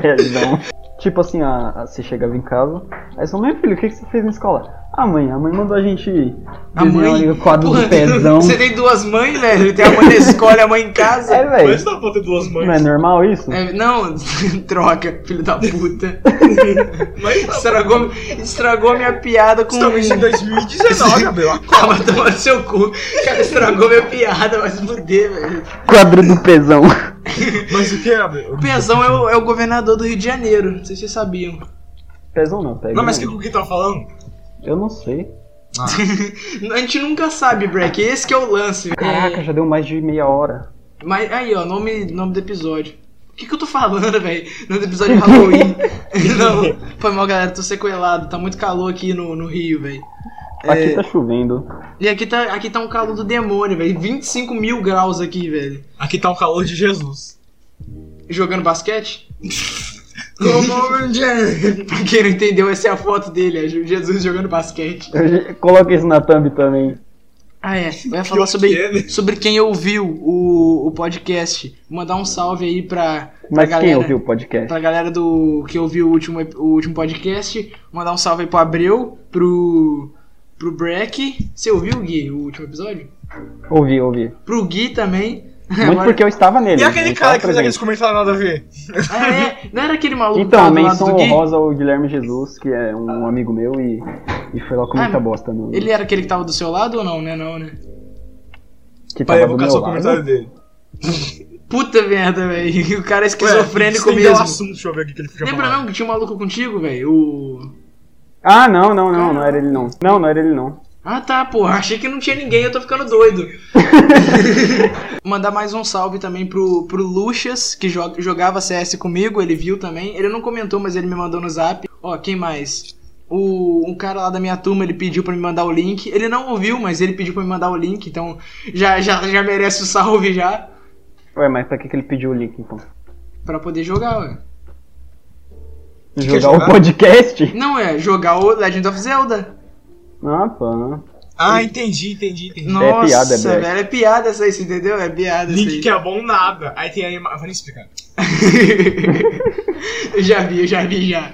É, então. Tipo assim, a, a- você chegava em casa, aí você fala, meu filho, o que, que você fez na escola? A mãe, a mãe mandou a gente
a
desenhar
mãe.
ali o quadro
Porra,
do Tá pezão.
Você tem duas mães, velho. Tem a mãe na escola e a mãe em casa.
É, velho.
Mas dá pra ter duas mães.
Não é normal isso?
É, não, troca, filho da puta.
Mas dá
Estragou, estragou minha piada com.
Estamos em 2019, Gabriel.
Ah, vai tomar no seu cu. Cara, estragou minha piada, vai se fuder, velho.
Quadro do pezão.
Mas o que, Gabriel?
O Pezão é o, é o governador do Rio de Janeiro, não sei se vocês sabiam.
Pezão não, pega.
Não, mas o
né?
que o Gui tá falando?
Eu não sei.
A gente nunca sabe, Breck, esse que é o lance.
Caraca, já deu mais de meia hora.
Mas aí, ó, nome, nome do episódio. O que, que eu tô falando, velho? Nome do episódio de Halloween. Não, foi mal, galera, tô sequelado, tá muito calor aqui no, no Rio, velho.
É.
Aqui tá chovendo.
E aqui tá, aqui tá um calor do demônio, velho. 25 mil graus aqui, velho.
Aqui tá o calor de Jesus.
Jogando basquete?
Como um dia.
Pra quem não entendeu, essa é a foto dele, é Jesus jogando basquete.
Eu já- Coloca isso na thumb também.
Ah, é. Vai falar
que é, né?
sobre, sobre quem ouviu o, o podcast. Mandar um salve aí pra, pra
Mas
galera.
quem ouviu o podcast?
Pra galera do que ouviu o último, ep- o último podcast, mandar um salve aí pro Abreu, pro. pro Breck. Você ouviu, Gui, o último episódio?
Ouvi, ouvi.
Pro Gui também.
Muito
Agora-
porque eu estava nele. né?
E aquele
eu
cara que
estava
fez aqueles
presente.
comentários nada a ver?
Ah, é? Não era aquele maluco que
Então,
tava do lado
menção
do Gui?
honrosa ao Guilherme Jesus, que é um amigo meu e, e foi lá com
Ah,
muita
mas
bosta no.
Ele era aquele que tava do seu lado ou não, né? Não, né?
que
Pra
tava do
evocar
meu
só o
lado.
comentário dele.
Puta merda, velho. O cara é esquizofrênico
Ué, estendeu o
mesmo.
assunto, deixa eu ver o que que ele fica
Lembra
falando.
não que tinha um maluco contigo, velho? O.
Ah, não, não, não, não era ele não. Não, não era ele não.
Ah tá, porra, achei que não tinha ninguém, eu tô ficando doido. Mandar mais um salve também pro, pro Luxas, que jo- jogava CS comigo, ele viu também. Ele não comentou, mas ele me mandou no zap. Ó, quem mais? O, um cara lá da minha turma, ele pediu pra me mandar o link. Ele não ouviu, mas ele pediu pra me mandar o link, então já, já, já merece o salve já.
Ué, mas pra que, que ele pediu o link então?
Pra poder jogar, ué.
Jogar o
jogar?
podcast?
Não, é, jogar o Legend of Zelda.
Ah, pá.
Ah, entendi, entendi, entendi.
Nossa,
piada, é Black.
velho, é piada essa aí, você entendeu? É piada essa
Link
aí.
que é bom nada. Aí tem a imagem. Vou nem explicar.
eu já vi, eu já vi já.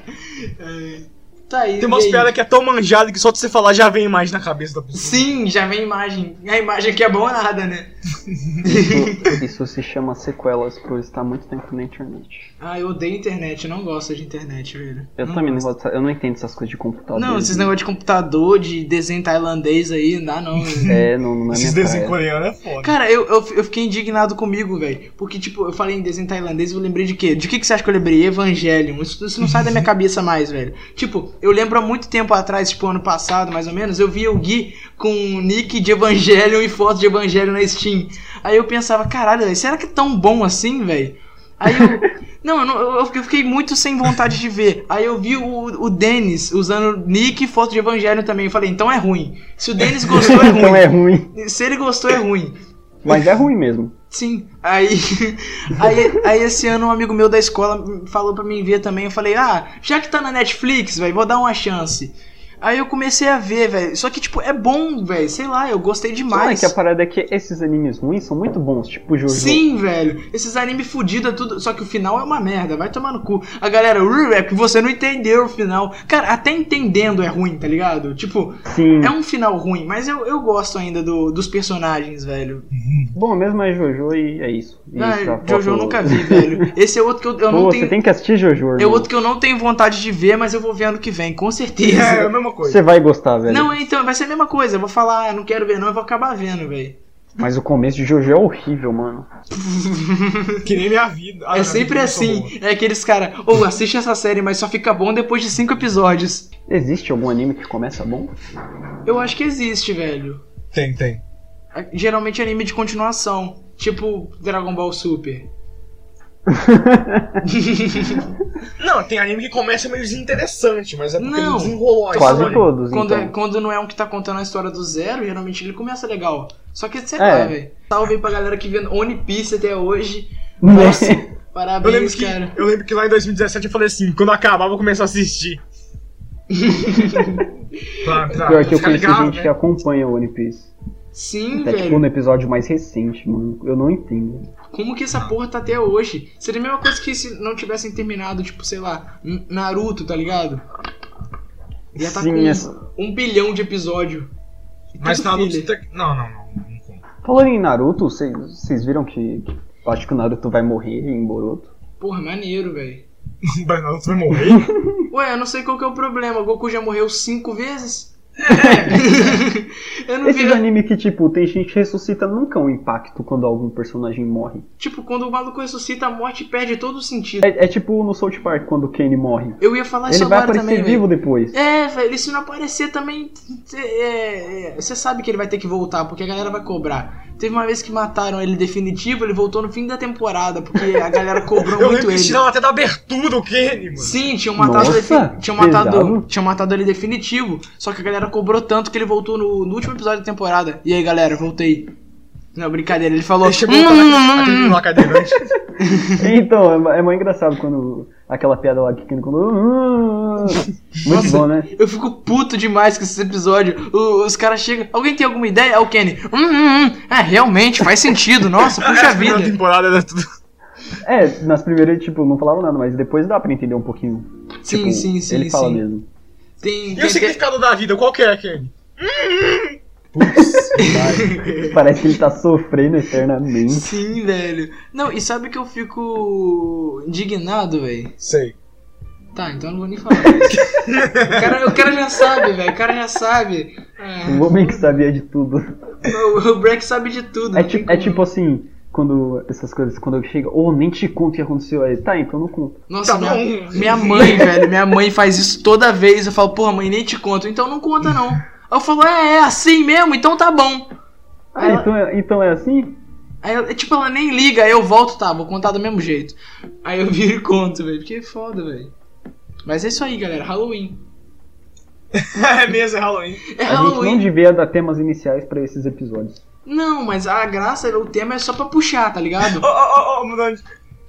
É, Tá aí.
Tem umas
e aí?
piadas que é tão manjada que só de você falar já vem a imagem na cabeça da pessoa.
Sim, já vem imagem. A imagem aqui é boa ou nada, né?
Isso, isso se chama sequelas por estar muito tempo na internet.
Ah, eu odeio internet, eu não gosto de internet, velho.
Eu também não gosto, eu não entendo essas coisas de computador.
Não, esses negócios de computador, de desenho tailandês aí, não dá não, velho.
É, não, não é
Esses
minha
desenhos
praia.
coreanos é foda.
Cara, eu, eu, eu fiquei indignado comigo, velho. Porque, tipo, eu falei em desenho tailandês e eu lembrei de quê? De que, que você acha que eu lembrei? Evangelion. Isso, isso não sai da minha cabeça mais, velho. Tipo, eu lembro há muito tempo atrás, tipo, ano passado, mais ou menos, eu via o Gui com um nick de Evangelion e foto de Evangelion na Steam. Aí eu pensava, caralho, velho, será que é tão bom assim, velho? Aí eu. Não, eu, não- eu- eu fiquei- eu fiquei muito sem vontade de ver. Aí eu vi o, o Denis usando nick e foto de Evangelho também. Eu falei, então é ruim. Se o Denis gostou, é ruim.
então é ruim.
Se ele gostou, é ruim.
Mas é ruim mesmo.
Sim, aí, aí, aí esse ano um amigo meu da escola falou pra mim ver também. Eu falei, ah, já que tá na Netflix, velho, vou dar uma chance. Aí eu comecei a ver, velho. Só que, tipo, é bom, velho. Sei lá, eu gostei demais.
Mas... que a parada é que esses animes ruins são muito bons, tipo Jojo.
Sim, velho. Esses anime fudido é tudo. Só que o final é uma merda. Vai tomar no cu. A galera, "Uh, é que você não entendeu o final. Cara, até entendendo é ruim, tá ligado? Tipo,
Sim.
é um final ruim, mas eu, eu gosto ainda do, dos personagens, velho.
Bom, mesmo é Jojo e é isso. E
Ah,
isso, a
Jojo eu
foto-
nunca vi, velho. Esse é outro que eu, eu
Pô,
não
você
tenho.
tem que assistir Jojo.
É
irmão.
outro que eu não tenho vontade de ver, mas eu vou ver ano que vem, com certeza.
É, é o mesmo
mesma coisa.
Você vai gostar, velho.
Não, então, vai ser a mesma coisa. Eu vou falar, ah, não quero ver não, eu vou acabar vendo, velho.
Mas o começo de Jojo é horrível, mano.
Que nem minha vida.
é
Ah, minha
sempre
vida começou boa.
assim. É aqueles cara, ou assiste essa série, mas só fica bom depois de cinco episódios.
Existe algum anime que começa bom?
Eu acho que existe, velho.
Tem, tem.
É, Geralmente é anime de continuação. Tipo Dragon Ball Super.
Não, tem anime que começa meio desinteressante, mas é porque
Não.
não desenrolou a
Tô
Quase
falando,
história.
todos,
Quando,
então.
é- quando não é um que tá contando a história do zero, geralmente ele começa legal. Só que sei
É.
lá, velho. Salve aí pra galera que vê One Piece até hoje. Nossa,
Né?
Eu lembro,
parabéns,
que,
cara.
eu lembro que lá em 2017 eu falei assim, quando acabar eu vou começar a assistir. pra, pra
Pior que eu
ficar
conheci
ligado, né?
gente que é acompanha o One Piece.
né? Sim,
Até
velho.
tipo no episódio mais recente, mano. Eu não entendo.
Como que essa porra tá até hoje? Seria a mesma coisa que se não tivessem terminado, tipo, sei lá, N- Naruto, tá ligado? Ia tá
Sim,
com
essa-
um bilhão de episódio. E
Mas
tudo
Naruto...
filler.
tá- Não, não, não. não conta.
Falando em Naruto, vocês vocês viram que eu acho que o Naruto vai morrer em Boruto?
Porra, maneiro, velho.
Mas Naruto vai morrer?
Ué, eu não sei qual que é o problema. O Goku já morreu cinco vezes?
É.
eu não vi. né?
Esses anime que, tipo, tem gente que ressuscita nunca é um impacto quando algum personagem morre.
Tipo, quando o maluco ressuscita, a morte perde todo o sentido.
É, é tipo no South Park quando o Kenny morre.
Eu ia falar
Ele
isso
vai
agora
aparecer
também, velho.
vivo depois.
É, velho, se não aparecer também. Você sabe que ele vai ter que voltar, porque a galera vai cobrar. Teve uma vez que mataram ele definitivo, ele voltou no fim da temporada, porque a galera cobrou
Eu
muito
lembro que um-
ele.
tiraram até da abertura o Kenny, mano.
Sim, tinham matado,
Nossa,
defi- tinham,
pesado.
matado, tinham matado ele definitivo, só que a galera cobrou tanto que ele voltou no, no último episódio da temporada. E aí, galera, voltei. Não, brincadeira, ele falou. "Hum,
Deixa eu voltar naquele- naquele menino lá cadeirante.
Então, é, mó- é mó engraçado quando. Aquela piada lá que o Kenny quando. ah." Muito bom, né?
Eu fico puto demais com esse episódio. O- os caras chegam. Alguém tem alguma ideia? É o Kenny. Hum, hum, hum. É, realmente, faz sentido. Nossa, puxa
A primeira
vida.
temporada era tudo...
É, nas primeiras, tipo, não falaram nada, mas depois dá pra entender um pouquinho.
Sim,
Tipo,
sim, sim.
Ele
sim.
fala mesmo.
Tem,
E o
tem, tem,
significado da vida, qual que é, Kenny?
Parece que ele tá sofrendo eternamente.
sim, velho. Não, e sabe que eu fico indignado, velho?
Sei.
Tá, então eu não vou nem falar. o, cara, o cara já sabe, velho. O cara já sabe. Ah,
O Um homem que sabia de tudo.
o, o Breck sabe de tudo.
É,
não tem
ti- é
como.
tipo assim, quando essas coisas, quando eu chego, ou nem te conto o que aconteceu aí. Tá, então não conto.
Nossa,
Tá
minha,
bom.
minha mãe, velho, minha mãe faz isso toda vez. Eu falo, porra, mãe, nem te conto. Então não conta, não. Aí eu falo, é, é assim mesmo, então tá bom.
Ah,
Aí ela-
então, é, então é assim?
Aí, ela- tipo, ela nem liga, aí eu volto, tá, vou contar do mesmo jeito. Aí eu viro e conto, velho, porque é foda, velho. Mas é isso aí, galera, Halloween.
é mesmo, é Halloween.
É
A gente não
Halloween.
devia dar temas iniciais pra esses episódios.
Não, mas a graça, o tema é só pra puxar, tá ligado?
Ô, ô, ô, ô, mudando de...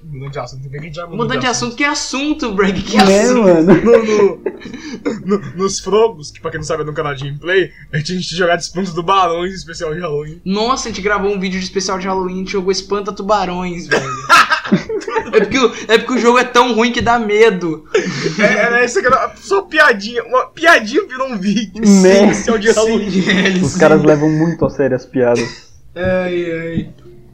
Mudando de assunto, tem que já mudou
Mudando de assunto, que assunto, Break, que
Né,
assunto.
mano?
No, no- no- nos frogos, que pra quem não sabe é no canal de gameplay, a gente jogar despontos do balões especial de Halloween.
Nossa, a gente gravou um vídeo de especial de Halloween, a gente jogou Espanta Tubarões, velho. é, porque, o- é porque o jogo é tão ruim que dá medo.
É, era isso que era só piadinha. Uma piadinha virou um vídeo
Né?
especial de Halloween.
Sim, velho,
Os
sim.
caras levam muito a sério as piadas.
Ai, ai.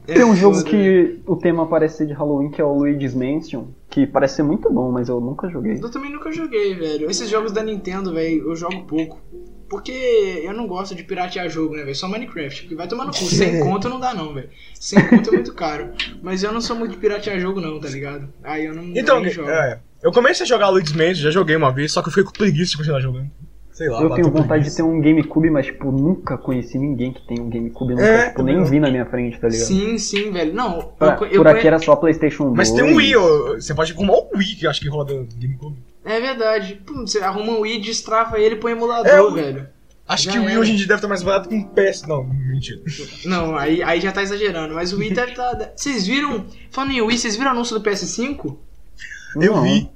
É
Tem um jogo
foda,
que o tema parece ser de Halloween, que é o Luigi's Mansion, que parece ser muito bom, mas eu nunca joguei.
Eu também nunca joguei, velho. Esses jogos da Nintendo, velho, eu jogo pouco. Porque eu não gosto de piratear jogo, né, velho? Só Minecraft. Porque vai tomar no cu. Sem conta não dá, não, velho. Sem conta é muito caro. Mas eu não sou muito de piratear jogo, não, tá ligado? Aí eu não. eu
Então,
nem jogo.
é, eu comecei a jogar Luigi's Mansion, já joguei uma vez, só que eu fiquei com preguiça de continuar jogando. Sei lá,
Eu
bateu
tenho vontade de
preguiça.
ter um GameCube, mas, tipo, nunca conheci ninguém que tem um GameCube. Nunca,
É,
tipo, nem
também não.
vi na minha frente, tá ligado?
Sim, sim, velho. Não,
Pra-
Ah,
eu, co- eu
por aqui
é-
conhe-
era só PlayStation 2.
Mas tem um Wii, ó, você pode comprar o Wii que eu acho que roda no GameCube.
É verdade. Pum, você arruma um Wii, destrava ele pro emulador,
É, o-
velho.
Acho
Já
que o Wii
era.
hoje em dia deve estar mais barato que um PS. Não, mentira.
Não, aí, aí já tá exagerando. Mas o Wii deve tá. Vocês viram. Falando em Wii, vocês viram o anúncio do PS5?
Eu vi.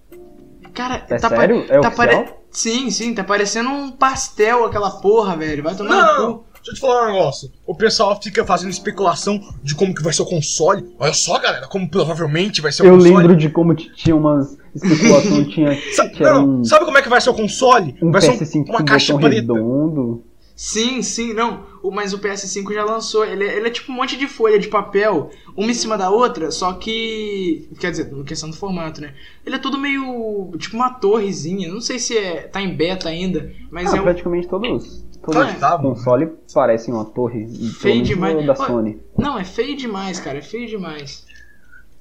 Cara,
É
tá pa-
sério? É
tá
oficial?
pare- Sim, sim, tá parecendo um pastel aquela porra, velho. Vai tomar
Não,
no
não,
cu.
Deixa eu te falar um negócio. O pessoal fica fazendo especulação de como que vai ser o console. Olha só, galera, como provavelmente vai ser o
Eu
console.
lembro de como t- tinha umas especulações, tinha
Sa-
que era
não, não.
um,
Sabe como é que vai ser o console?
um
vai ser um-
PS5 com
uma
botão
caixa preta.
redondo.
Sim, sim, não. O- Mas o PS5 já lançou. Ele, é- ele é tipo um monte de folha de papel, uma em cima da outra, só que. Quer dizer, na questão do formato, né? Ele é tudo meio. tipo uma torrezinha. Não sei se é, tá em beta ainda, mas
Ah,
é um.
praticamente todos. Todos
Ah, é.
os
tá?
consoles parecem uma torre.
Feio
Feio
demais.
demais. da
Olha,
Sony.
Não, é feio demais, cara. É feio demais.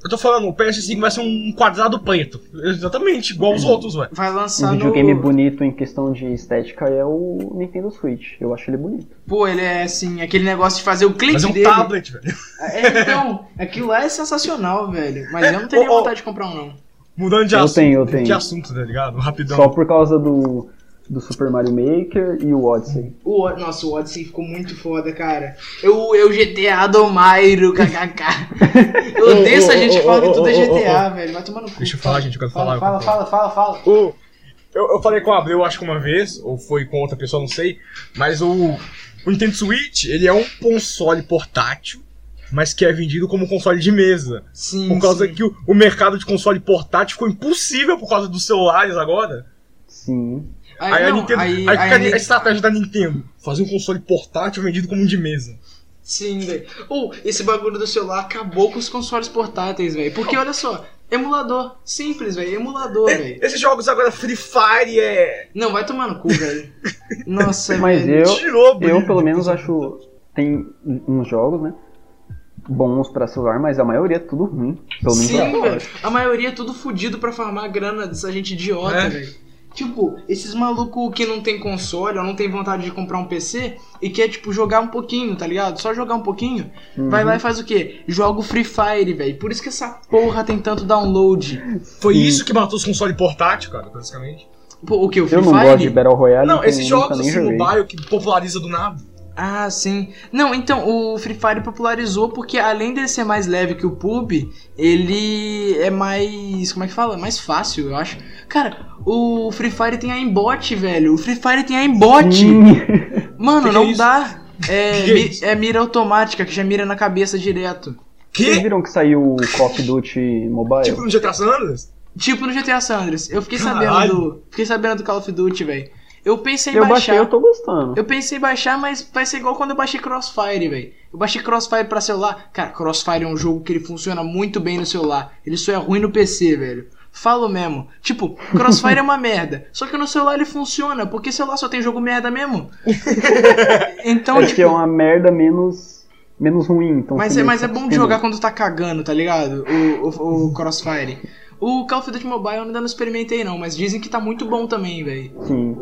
Eu tô falando, o PS5 vai ser um quadrado preto. Exatamente, igual
Hum.
os outros, ué.
Vai lançar
Um videogame
no.
bonito em questão de estética é o Nintendo Switch. Eu acho ele bonito.
Pô, ele é assim, aquele negócio de fazer o clique
Fazer um
dele.
tablet, velho.
É, então, aquilo lá é sensacional, velho. Mas eu não teria
Ô, ô.
vontade de comprar um, não.
Mudando de
Eu
assunto.
tenho, eu tenho.
De assunto, tá ligado?
Então.
Rapidão.
Só por causa do, do Super Mario Maker e o Odyssey.
O, O- nossa, o Odyssey ficou muito foda, cara. Eu, eu GTA do Mairo, kkk. Eu odeio essa gente que fala que tudo é GTA, velho. Vai tomando cu.
Deixa eu falar, gente, eu quero
Fala, fala,
falar, eu
fala,
quero
fala, fala.
O- eu, eu falei com o Abreu, acho que uma vez, ou foi com outra pessoa, não sei. Mas o, o Nintendo Switch, ele é um console portátil, mas que é vendido como console de mesa.
Sim,
Por causa
sim.
que o, o mercado de console portátil ficou impossível por causa dos celulares agora.
Sim.
Aí,
Aí, a
não,
Nintendo.
aí-
Aí, fica
aí-
a estratégia da Nintendo: fazer um console portátil vendido como de mesa.
Sim, velho. Ou esse bagulho do celular acabou com os consoles portáteis, velho. Porque olha só, emulador. Simples, velho. Emulador, velho.
Esses jogos agora, Free Fire, é.
Não, vai tomar no cu, velho. Nossa,
Mas
velho.
eu,
Tirou, brilho
eu
do
pelo menos
assim.
console
acho. Tem uns jogos, né? Bons pra celular, mas a maioria é tudo ruim. Pelo menos pra
Sim,
fora.
velho. A maioria é tudo fudido pra farmar grana dessa gente idiota,
É.
velho. Tipo, esses malucos que não tem console ou não tem vontade de comprar um PC e quer, tipo, jogar um pouquinho, tá ligado? Só jogar um pouquinho,
Uhum.
vai lá e faz o quê? Joga o Free Fire, velho. Por isso que essa porra tem tanto download.
Foi
Sim.
isso que matou os consoles portátil, cara, basicamente.
Pô, o que? O Free
Eu não
Fire?
gosto de Battle Royale.
Não,
então
esses
nunca
jogos
nem
assim,
joguei.
mobile que populariza do nada.
Ah, sim. Não, então, o Free Fire popularizou porque além dele ser mais leve que o PUB, ele é mais. Como é que fala? É Mais fácil, eu acho. Cara, o Free Fire tem aimbot, velho. O Free Fire tem aimbot.
Sim.
Mano,
Hum. Que que
não
é isso?
dá. É,
Que que é
mi-
isso?
é mira automática, que já mira na cabeça direto.
Vocês
Que?
viram que saiu o Call of Duty Mobile?
Tipo no GTA San Andreas?
Tipo no GTA San Andreas. Eu fiquei sabendo
Caralho.
do. Fiquei sabendo do Call of Duty, velho. Eu pensei em
eu
baixar.
baixei, eu tô gostando.
Eu pensei em baixar, mas vai ser igual quando eu baixei Crossfire, velho. Eu baixei Crossfire pra celular. Cara, Crossfire é um jogo que ele funciona muito bem no celular. Ele só é ruim no PC, velho. Falo mesmo. Tipo, Crossfire é uma merda. Só que no celular ele funciona, porque celular só tem jogo merda mesmo. Então,
é
tipo,
que é uma merda menos, menos ruim. Então
mas,
assim,
é, mas é bom de
sim.
jogar quando tá cagando, tá ligado? O, o- o Crossfire. O Call of Duty Mobile eu ainda não experimentei, não, mas dizem que tá muito bom também, velho.
Sim.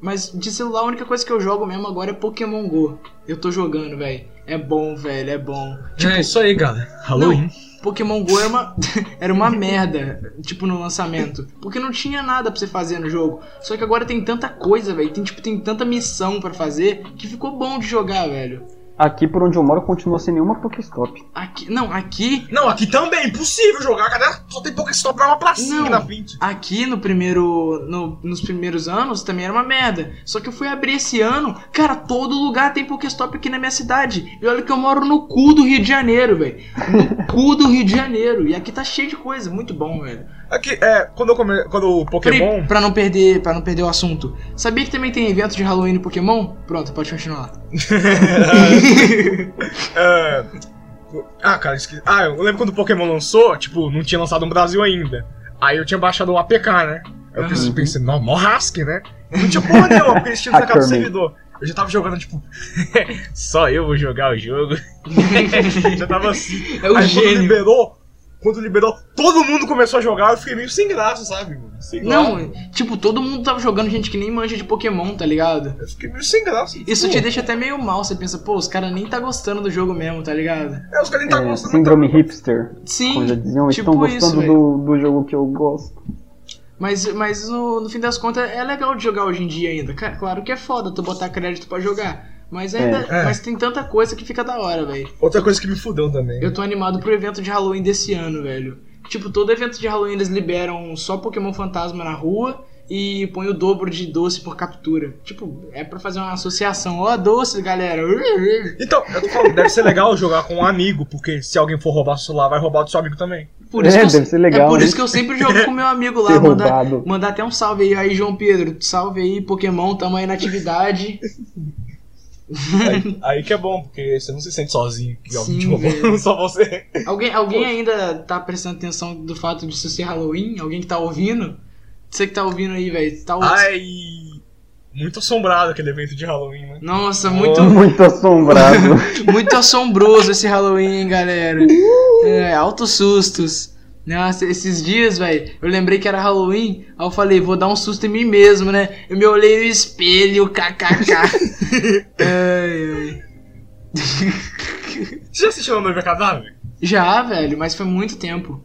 Mas de celular a única coisa que eu jogo mesmo agora é Pokémon Go. Eu tô jogando, velho. É bom, velho, é bom.
é isso aí, galera.
Halloween. Pokémon Go era uma, era uma merda, tipo, no lançamento. Porque não tinha nada pra você fazer no jogo. Só que agora tem tanta coisa, velho. Tem, tipo, tem tanta missão pra fazer que ficou bom de jogar, velho.
Aqui por onde eu moro continua sem nenhuma Pokéstop.
Aqui. Não, aqui.
Não, aqui também é impossível jogar, cara. Só tem Pokéstop pra uma pracinha
Não.
na frente.
Aqui no primeiro. no- nos primeiros anos também era uma merda. Só que eu fui abrir esse ano, cara, todo lugar tem Pokéstop aqui na minha cidade. E olha que eu moro no cu do Rio de Janeiro, velho. No cu do Rio de Janeiro. E aqui tá cheio de coisa. Muito bom, velho.
Aqui, é, quando, eu come... quando o Pokémon.
Peraí, pra não perder, para não perder o assunto. Sabia que também tem evento de Halloween no Pokémon? Pronto, pode continuar.
É... Ah, cara, esque... Ah, eu lembro quando o Pokémon lançou, tipo, não tinha lançado no Brasil ainda. Aí eu tinha baixado o APK, né? Aí Eu pensei,
Uhum.
pensei não, mó rasque, né? Não tinha porra nenhuma, porque eles tinham sacado o
Hackerman.
servidor. Eu já tava jogando, tipo, só eu vou jogar o jogo. já tava assim.
É o
Aí quando
gênio.
liberou, quando liberou, todo mundo começou a jogar, eu fiquei meio sem graça, sabe? mano? Sem graça.
Não, tipo, todo mundo tava jogando gente que nem manja de Pokémon, tá ligado?
Eu fiquei meio sem graça.
Isso
Pô,
te deixa até meio mal, você pensa, pô, os caras nem tá gostando do jogo mesmo, tá ligado?
É, os caras nem tá
é,
gostando.
síndrome hipster. Como já
Sim,
diziam,
tipo
estão gostando
isso,
do, do jogo que eu gosto.
mas, mas no, no fim das contas é legal de jogar hoje em dia ainda. Ca- Claro que é foda tu botar crédito pra jogar. Mas ainda.
É.
Mas tem tanta coisa que fica da hora, velho.
Outra coisa que me fudeu também.
Eu tô animado pro evento de Halloween desse ano, velho. Tipo, todo evento de Halloween eles liberam só Pokémon fantasma na rua e põe o dobro de doce por captura. Tipo, é pra fazer uma associação. Ó, doce, galera.
Então, eu tô falando, deve ser legal jogar com um amigo, porque se alguém for roubar seu celular, vai roubar do seu amigo também.
Por isso
É,
que eu,
deve ser legal,
é por
né?
isso que eu sempre jogo com meu amigo lá,
Ser
mandar,
roubado.
mandar até um salve aí, aí João Pedro, salve aí Pokémon, tamo aí na atividade.
Aí, aí que é bom, porque você não se sente sozinho que alguém
Sim,
te roubou,
velho.
só você.
Alguém, alguém ainda tá prestando atenção do fato de isso ser Halloween? Alguém que tá ouvindo? Você que tá ouvindo aí, velho. Tá ouvindo-
Ai, muito assombrado aquele evento de Halloween, né?
Nossa, muito,
Muito assombrado.
muito assombroso esse Halloween, hein, galera. É, altos sustos. Nossa, esses dias, velho, eu lembrei que era Halloween, aí eu falei, vou dar um susto em mim mesmo, né? Eu me olhei no espelho, kkk. ai, ai.
Você já assistiu a Noiva Cadáver?
Já, velho, mas foi muito tempo.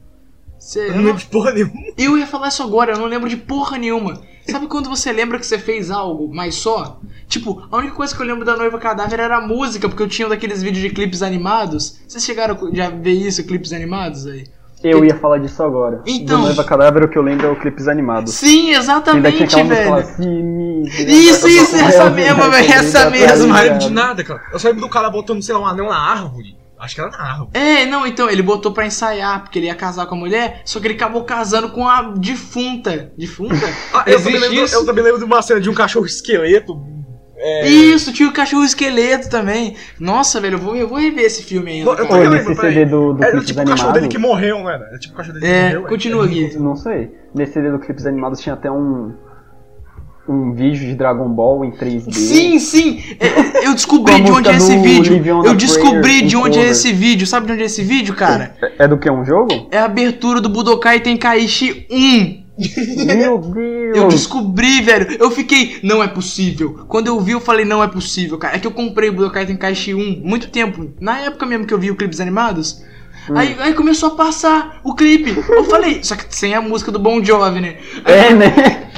Cê-
Eu
eu
não lembro de porra nenhuma.
Eu ia falar isso agora, eu não lembro de porra nenhuma. Sabe quando você lembra que você fez algo, mas só? Tipo, a única coisa que eu lembro da noiva cadáver era a música, porque eu tinha um daqueles vídeos de clipes animados. Vocês chegaram a já ver isso, clipes animados aí?
Eu ia falar disso agora.
Então.
Do Noiva Cadáver, o que eu lembro é o clipes animados.
Sim,
Ainda tinha
é um
exatamente,
aquela música lá,
velho.
"Se me der
Isso,
pra
isso,
correr,
essa
eu
mesma,
vou
velho, essa
pra trás".
Eu
mesma.
não lembro de nada, cara. Eu só lembro do cara botando, sei lá, um anel na árvore. Acho que era na árvore.
É, não, então, ele botou pra ensaiar, porque ele ia casar com a mulher, só que ele acabou casando com a defunta. Defunta?
Ah, eu, também lembro,
isso?
eu também lembro de uma cena de um cachorro esqueleto. É...
Isso, tinha o cachorro esqueleto também. Nossa, velho, eu vou, eu vou rever esse filme ainda.
Eu tô
cara.
Ou
Eu
nesse
lembro,
CD do, do
Era
clipes
tipo o cachorro dele
animados.
que morreu, né? Era tipo o cachorro dele que
É,
morreu.
continua, Gui.
Não sei. Nesse CD do clipes animados tinha até um. Um vídeo de Dragon Ball em 3D.
Sim, sim! É, é, Eu descobri
Com a
de onde é
música
esse
do Live
vídeo.
on a
Eu descobri
Prayer,
de
um
onde é
cover.
esse vídeo. Sabe de onde é esse vídeo, cara?
É do que? Um jogo?
É a abertura do Budokai Tenkaichi 1.
Meu
Eu
Deus!
descobri, velho. Eu fiquei, não é possível. Quando eu vi, eu falei, não é possível, cara. É que eu comprei o Budokai Tenkaichi 1 muito tempo. Na época mesmo que eu vi os clipes animados.
Hum.
Aí, aí começou a passar o clipe. Eu falei, só que sem a música do Bon Jovi, né?
É, né?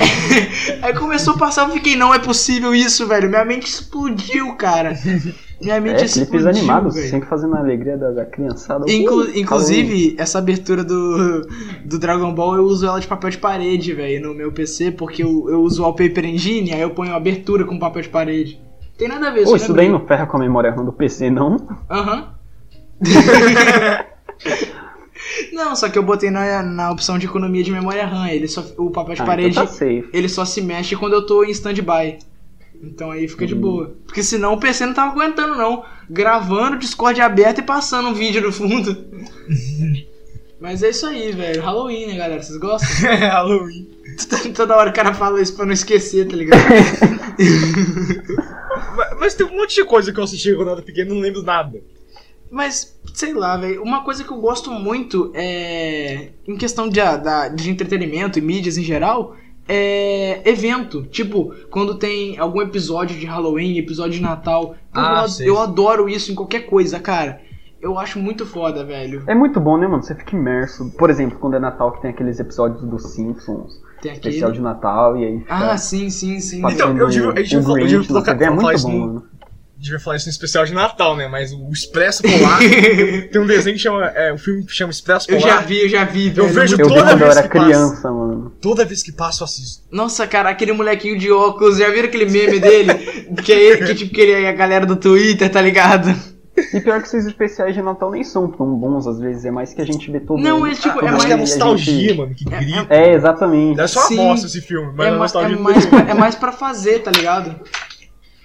Aí começou a passar, eu fiquei, não é possível isso, velho. Minha mente explodiu, cara. Minha
É,
mente explodiu.
clipes animados,
velho.
sempre fazendo a alegria da, da criançada. Uh,
Inclu-
Halloween.
inclusive, essa abertura do, do Dragon Ball eu uso ela de papel de parede, velho, no meu PC, porque eu, eu uso o Wallpaper Engine, aí eu ponho a abertura com papel de parede. Tem nada a ver,
Pô,
só
isso daí
lembrei.
não ferra com a memória RAM do PC, não? Ah,
Aham. não, só que eu botei na, na opção de economia de memória RAM, ele só, o papel de
Ah,
parede
então tá safe.
ele só se mexe quando eu tô em stand-by. Então aí fica de
Hum.
boa. Porque senão o PC não tava aguentando, não. Gravando, Discord aberto e passando um vídeo no fundo. Mas é isso aí, velho. Halloween, né, galera? Vocês gostam?
É, Halloween.
Toda- Toda hora o cara fala isso pra não esquecer, tá ligado?
Mas, mas tem um monte de coisa que eu assisti quando eu era pequeno e não lembro nada.
Mas, sei lá, velho. Uma coisa que eu gosto muito é. Em questão de, a- da- de entretenimento e mídias em geral. É. evento. Tipo, quando tem algum episódio de Halloween, episódio de Natal. Eu,
Ah,
ad-
sei.
eu adoro isso em qualquer coisa, cara. Eu acho muito foda, velho.
É muito bom, né, mano? Você fica imerso. Por exemplo, quando é Natal, que tem aqueles episódios dos Simpsons,
Tem aquele.
especial de Natal, e aí fica
Ah, sim, sim, sim.
Então,
passando
eu digo- eu digo-
o
eu digo-
Grinch na
colocar-
TV, é
falar
muito
isso
bom,
no-
mano.
devia falar isso no especial de Natal, né? Mas o Expresso Polar. tem, tem um desenho que chama. É, um filme que chama Expresso
Então, Eu
Polar.
já vi, eu já vi, velho.
vejo
Eu vi
toda
quando eu
vez
era
que passa.
criança, mano.
Toda vez que passo, eu assisto.
Nossa, cara, aquele molequinho de óculos, já viram aquele meme dele? que, é ele, que tipo, que ele é a galera do Twitter, tá ligado?
E pior que esses especiais de Natal nem são tão bons, às vezes, é mais que a gente vê todo
Não,
ano.
é tipo,
Tudo
é
eu acho
mais-
que é a
aí, a
nostalgia,
gente-
mano, que grita.
É, exatamente.
É só
um- Sim.
uma bosta esse filme,
é,
mas a
ma- é
nostalgia
mais pra, é mais pra fazer, tá ligado?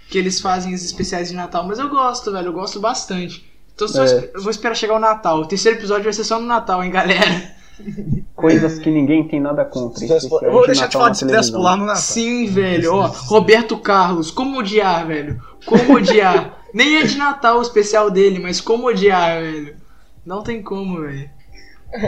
Que eles fazem os especiais de Natal. Mas eu gosto, velho. Eu gosto bastante. Então só
É.
esp- eu vou esperar chegar o Natal. O terceiro episódio vai ser só no Natal, hein, galera?
Coisas que ninguém tem nada contra.
Expresso
especiais
Polar. Eu vou
de
deixar de
Natal
falar
na
de Expresso
televisão.
Polar no Natal.
Sim, velho. Ó, Roberto Carlos. Como odiar, velho? Como odiar? Nem é de Natal o especial dele, mas como odiar, velho? Não tem como, velho.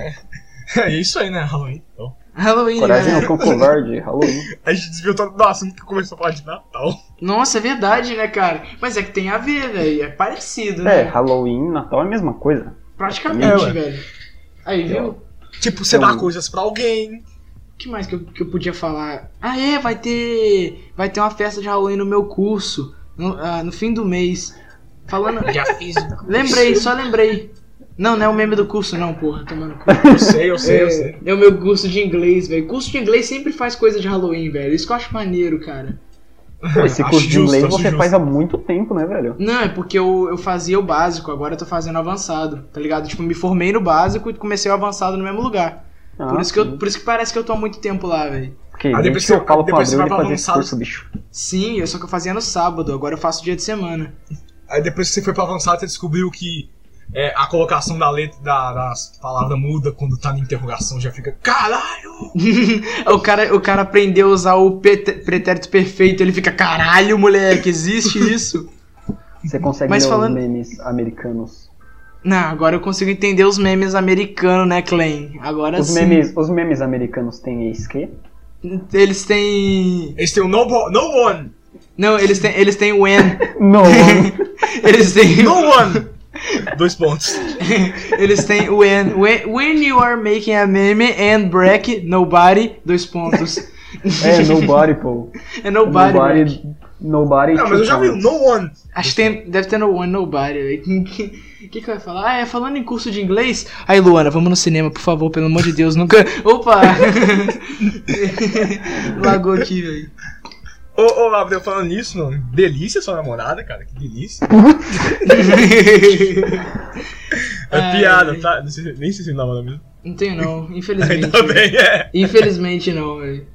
É isso aí, né, Halloween? Então,
Halloween, né?
Coragem
né?
galera.
não com covarde, Halloween.
a gente desviou todo do assunto que começou a falar de Natal.
Nossa, é verdade, né, cara? Mas é que tem a ver, velho. É parecido,
É,
né?
Halloween, Natal é a mesma coisa.
Praticamente,
É, ué.
velho. Aí, viu?
Tipo, você
Então-
dá coisas pra alguém.
O que mais que eu, que eu podia falar? Ah, é, vai ter. Vai ter uma festa de Halloween no meu curso. No, ah, no fim do mês. Falando.
Já fiz.
lembrei, só lembrei. Não, não é o meme do curso, não, porra. Tomando cu.
Eu sei, eu sei, eu sei.
É, é o meu curso de inglês, velho. Curso de inglês sempre faz coisa de Halloween, velho. Isso que eu acho maneiro, cara.
Pô, esse
Acho
curso de
justo,
inglês
acho
você
justo.
faz há muito tempo, né, velho?
Não, é porque eu, eu fazia o básico, agora eu tô fazendo avançado, tá ligado? Tipo, me formei no básico e comecei o avançado no mesmo lugar.
Ah,
Por isso que, eu,
sim.
por isso que parece que eu tô há muito tempo lá, velho.
Porque
Ah,
desde
depois
que eu
você-
falo pro
depois você
Abreu,
vai
ele
pra
fazia esse
avançado.
curso, bicho.
Sim, só que eu fazia no sábado, agora eu faço dia de semana.
Aí depois que você foi pra avançado, você descobriu que é, a colocação da letra da, das palavras muda quando tá na interrogação, já fica. Caralho!
o, cara, o cara aprendeu a usar o pet- pretérito perfeito, ele fica, caralho, moleque, existe isso?
Você consegue
Mas
ler
falando-
os memes americanos.
Não, agora eu consigo entender os memes americanos, né, Clem? Agora
Os
sim.
memes, os memes americanos têm ex que?
Eles têm.
Eles têm o no, bo- no one!
Não, eles têm, eles têm when.
Não,
eles têm.
No one! Dois pontos.
Eles têm when, when. When you are making a meme and break nobody, dois pontos.
é nobody, pô.
É nobody. break.
Nobody, nobody
Não, Ah, mas eu já vi o
chupando.
no one!
Acho que tem, deve ter no One Nobody. O que, que, que eu ia falar? Ah, é falando em curso de inglês. Aí, Luana, vamos no cinema, por favor, pelo amor de Deus, nunca. Opa! Lagou aqui, velho.
Ô, ô, Abdel, falando nisso, mano, delícia sua namorada, cara, que delícia. É
Ai.
piada, tá? Não sei- nem sei se namora mesmo.
Não tenho, não, infelizmente.
Ainda bem, é.
Infelizmente não, velho.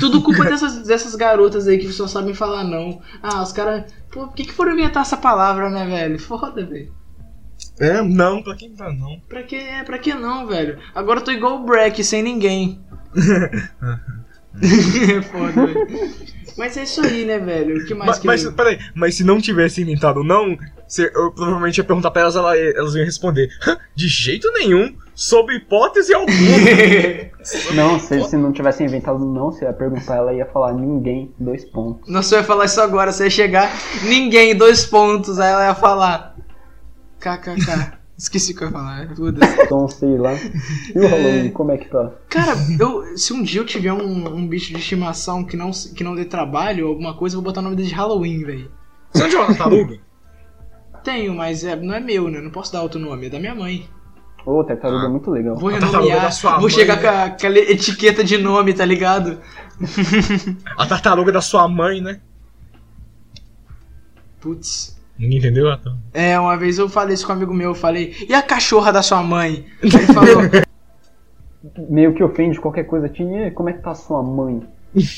Tudo culpa dessas, dessas garotas aí que só sabem falar não. Ah, os caras. Pô, por que, que foram inventar essa palavra, né, velho? Foda, velho.
É, não, pra quem tá, não.
Pra que, pra que não, velho? Agora eu tô igual o Breck, sem ninguém. Foda, velho. Mas é isso aí, né, velho? O que mais
Mas,
que
mas,
eu-
peraí, mas se não tivesse inventado não, cê- eu provavelmente ia perguntar pra elas, ela- elas iam responder. "Hã? De jeito nenhum, sob hipótese alguma.
Não, se, se não tivesse inventado não, você ia perguntar, ela ia falar ninguém, dois pontos.
Nossa, eu ia falar isso agora, você ia chegar, ninguém, dois pontos, aí ela ia falar. KKK. Esqueci o que eu ia falar, é, foda-se.
Então, sei lá. E o Halloween, como é que tá?
Cara, eu, se um dia eu tiver um, um bicho de estimação que não, se- que não dê trabalho ou alguma coisa, eu vou botar o nome dele de Halloween, velho.
Você não tinha uma tartaruga?
Tenho, mas é, não é meu, né? Eu Não posso dar outro nome, é da minha mãe.
Ô, tartaruga é muito legal.
Vou
A tartaruga é da
renomear,
sua
vou
mãe,
chegar
né?
com, a, com a le- etiqueta de nome, tá ligado?
A tartaruga da sua mãe, né?
Putz.
Ninguém entendeu, Atan?
É, uma vez eu falei isso com um amigo meu, eu falei, e a cachorra da sua mãe? Aí Ele falou,
Meio que ofende qualquer coisa. Tinha, como é que tá sua mãe?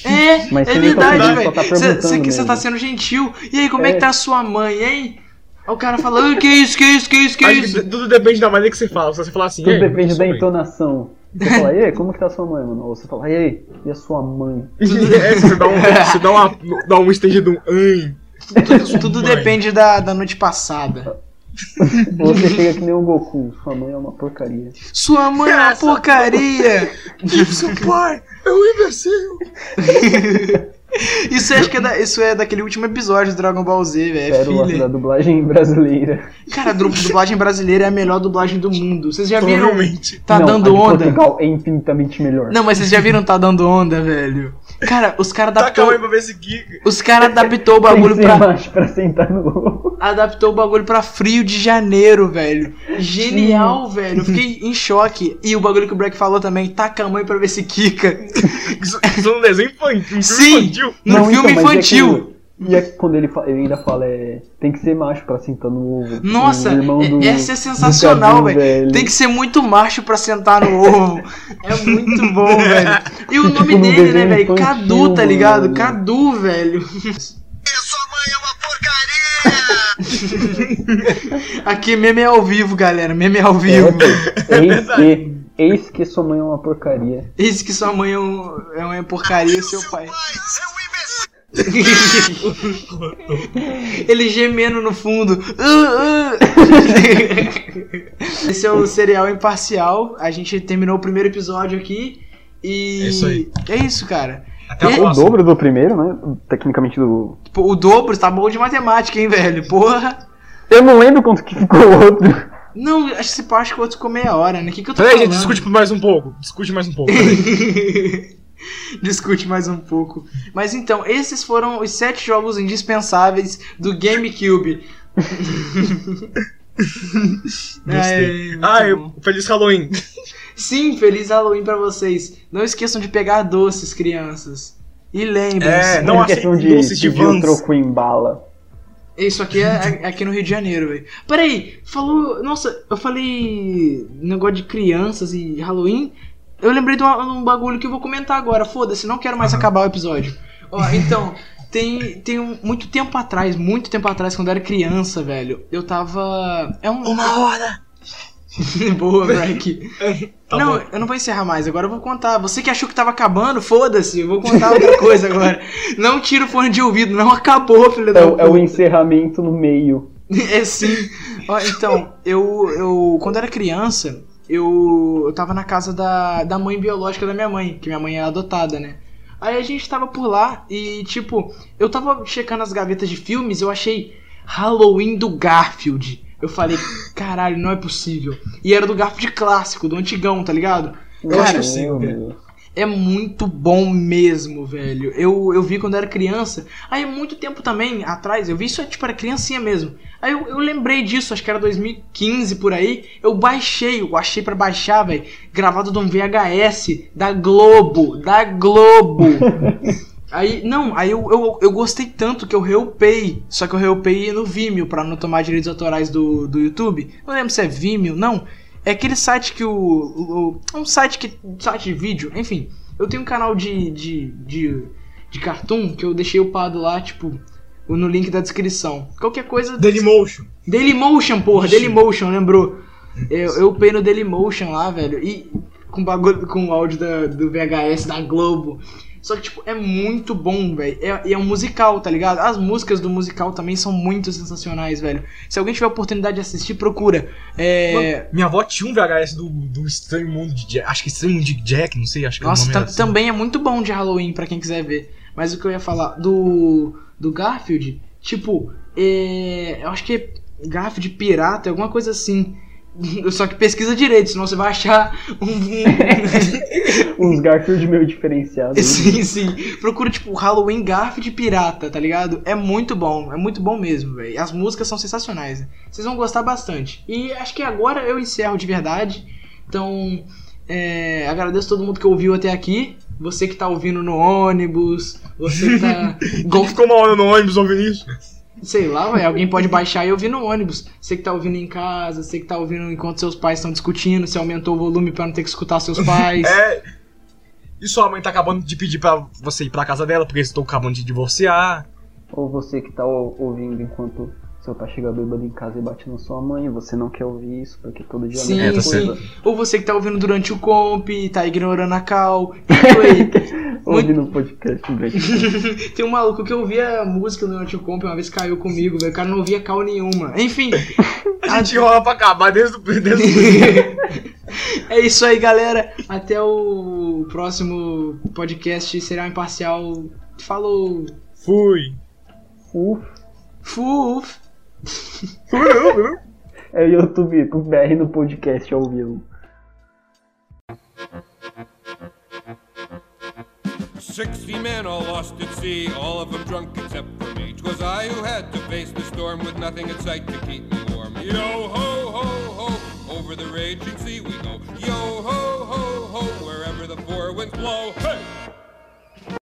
é,
Mas
é
você nem tá
verdade,
pedindo, só tá
velho. Você
perguntando
que você tá
mesmo."
sendo gentil. E aí, como é.
É.
que tá a sua mãe, hein? Aí o cara fala, "Ah, que isso, que isso, que isso, que
Acho
isso?
que tudo depende da maneira que você fala. Se você falar assim,
Tudo
"E aí,
depende da
sua mãe?"
entonação. Você fala, e aí, como que tá sua mãe, mano? Ou você fala, e aí, e a sua mãe?
é, você dá um, você dá uma, dá um stage de um. "Ai".
Tudo, tudo
Mãe.
depende da, da noite passada.
Ou você chega que nem o Goku, sua mãe é uma porcaria.
Sua mãe é uma
Essa
porcaria!
Seu Tipo pai é um imbecil.
Isso, acho que é da- isso é daquele último episódio do Dragon Ball Z, velho. É
Pérola da
filha.
dublagem brasileira.
Cara, a dru- dublagem brasileira é a melhor dublagem do mundo. Vocês já viram?
Provavelmente.
Tá
Não,
dando
a de
onda?
Portugal é infinitamente melhor.
Não, mas vocês já viram Tá dando onda, velho? Cara, os caras
Tá calma aí
adaptou,
pra ver se Giga.
os cara adaptou o
Tem que
bagulho
ser
pra
macho pra sentar no ovo.
adaptou o bagulho pra Frio de Janeiro, velho. Genial, velho. Eu fiquei em choque. E o bagulho que o Black falou também, taca a mãe pra ver se quica.
Isso isso é um desenho infantil.
Sim.
infantil.
No
Não,
filme
então, mas é
infantil.
que- E é que quando ele, fa- ele ainda fala, é, tem que ser macho pra sentar no ovo.
Nossa,
O irmão do-
essa é
do
sensacional,
Cadu,
velho. Tem que ser muito macho pra sentar no ovo. É muito bom, velho. E o nome
Tipo, no
dele, né,
desenho
velho?
infantil,
Cadu, tá ligado?
mano.
Cadu, velho. Aqui meme é ao vivo, galera. Meme é ao vivo. É
Eis é, que, eis que sua mãe é uma porcaria.
Isso que sua mãe é, um, é uma porcaria, seu pai. é um Ele gemendo no fundo. Ah, ah. Esse é o Serial Imparcial. A gente terminou o primeiro episódio aqui. E.
É isso aí.
É isso, cara.
Até a
É o
O
próxima.
dobro do primeiro, né? Tecnicamente do.
Pô, O dobro tá bom de matemática, hein, velho? Porra.
Eu não lembro quanto que ficou o outro.
Não, acho que esse pau acho que o outro ficou meia hora, né? O que, que eu tô
Peraí,
falando?
gente, discute por mais um pouco. Discute mais um pouco. peraí.
Discute mais um pouco. Mas então, esses foram os sete jogos indispensáveis do GameCube.
Gostei.
muito
Ah,
bom.
eu, feliz Halloween.
Sim, feliz Halloween pra vocês. Não esqueçam de pegar doces, crianças. E lembrem-se,
É, não
Em
aceito
questão de
doces de
pedir o
Vans.
troco em bala.
isso aqui é é aqui no Rio de Janeiro, velho. Peraí, falou. Nossa, eu falei negócio de crianças e Halloween. Eu lembrei de, uma- um bagulho que eu vou comentar agora. Foda-se, não quero mais acabar o episódio. Ó, então, tem, tem um- muito tempo atrás, muito tempo atrás, quando eu era criança, velho, eu tava. É um.
Uma hora!
Boa, Breck.
Tá
não,
bom.
eu não vou encerrar mais, agora eu vou contar. Você que achou que tava acabando, foda-se, eu vou contar outra coisa agora. Não tira o fone de ouvido, não acabou, filho
É,
da
o- é o
puta.
encerramento no meio.
É sim. Ó, então, eu, eu. Quando era criança, eu, eu tava na casa da, da mãe biológica da minha mãe, que minha mãe é adotada, né? Aí a gente tava por lá e, tipo, eu tava checando as gavetas de filmes, eu achei Halloween do Garfield. Eu falei, caralho, não é possível. E era do Garfield clássico, do antigão, tá ligado?
Eu acho
Cara,
sim,
Meu
cara.
Deus.
é muito bom mesmo, velho. Eu, eu vi quando era criança. Aí, muito tempo também atrás, eu vi isso tipo, era criancinha mesmo. Aí eu, eu lembrei disso, acho que era 2015 por aí. Eu baixei, eu achei pra baixar, velho. Gravado de um VHS da Globo. Da Globo. aí, não, aí eu, eu, eu gostei tanto que eu reupei. Só que eu reupei no Vimeo pra não tomar direitos autorais do, do YouTube. Não lembro se é Vimeo, não. É aquele site que o. o- o- um site que. site de vídeo, enfim. Eu tenho um canal de. de. de, de cartoon que eu deixei upado lá, tipo, no link da descrição. Qualquer coisa.
Dailymotion.
Dailymotion, porra,
Ixi.
Dailymotion, lembrou? Eu, eu upei no Dailymotion lá, velho, e com, bagulho, com o áudio da- do VHS da Globo. Só que, tipo, é muito bom, velho. É- E é, um musical, tá ligado? As músicas do musical também são muito sensacionais, velho. Se alguém tiver a oportunidade de assistir, procura. É.
Minha avó tinha um VHS do, do Estranho Mundo de Jack. Acho que Estranho Mundo de Jack, não sei, acho que o
Nossa,
nome
tam-
era assim.
também é muito bom de Halloween pra quem quiser ver. Mas o que eu ia falar do do Garfield, tipo, é, eu acho que é Garfield pirata, alguma coisa assim. Só que pesquisa direito, senão você vai achar um. um-
Uns Garfield meio diferenciados.
sim, sim. Procura, tipo, Halloween Garfield pirata, tá ligado? É muito bom, é muito bom mesmo, velho. As músicas são sensacionais, né? Vocês vão gostar bastante. E acho que agora eu encerro de verdade. Então, é, agradeço todo mundo que ouviu até aqui. Você que tá ouvindo no ônibus, você que tá.
Quem
Go-
ficou uma hora no ônibus ouvindo isso?
Sei lá, velho. Alguém pode baixar e ouvir no ônibus. Você que tá ouvindo em casa, você que tá ouvindo enquanto seus pais estão discutindo, você aumentou o volume pra não ter que escutar seus pais.
É. E sua mãe tá acabando de pedir pra você ir pra casa dela, porque eles estão acabando de divorciar.
Ou você que tá ou- ouvindo enquanto seu pai chega bêbado em casa e bate na sua mãe, você não quer ouvir isso, porque todo dia a
Sim,
mesma
É, tá
coisa.
Ou você que tá ouvindo durante o comp, tá ignorando a cal. Então, Anyway,
Ouvindo o podcast um durante.
tem um maluco que ouvia música durante o comp, uma vez caiu comigo, velho. O cara não ouvia cal nenhuma. Enfim,
A
Ah,
gente rola pra acabar desde o. Desde o...
é isso aí, galera. Até o próximo podcast será imparcial. Falou.
Fui.
Uf,
Fuf.
é o YouTube, com BR no podcast ao vivo.
Sixty men all lost at sea, all of them drunk except for me. 'Twas I who had to face the storm with nothing in sight to keep me warm. Yo ho ho ho, over the raging sea we go. Yo ho ho ho, wherever the four winds blow. Hey!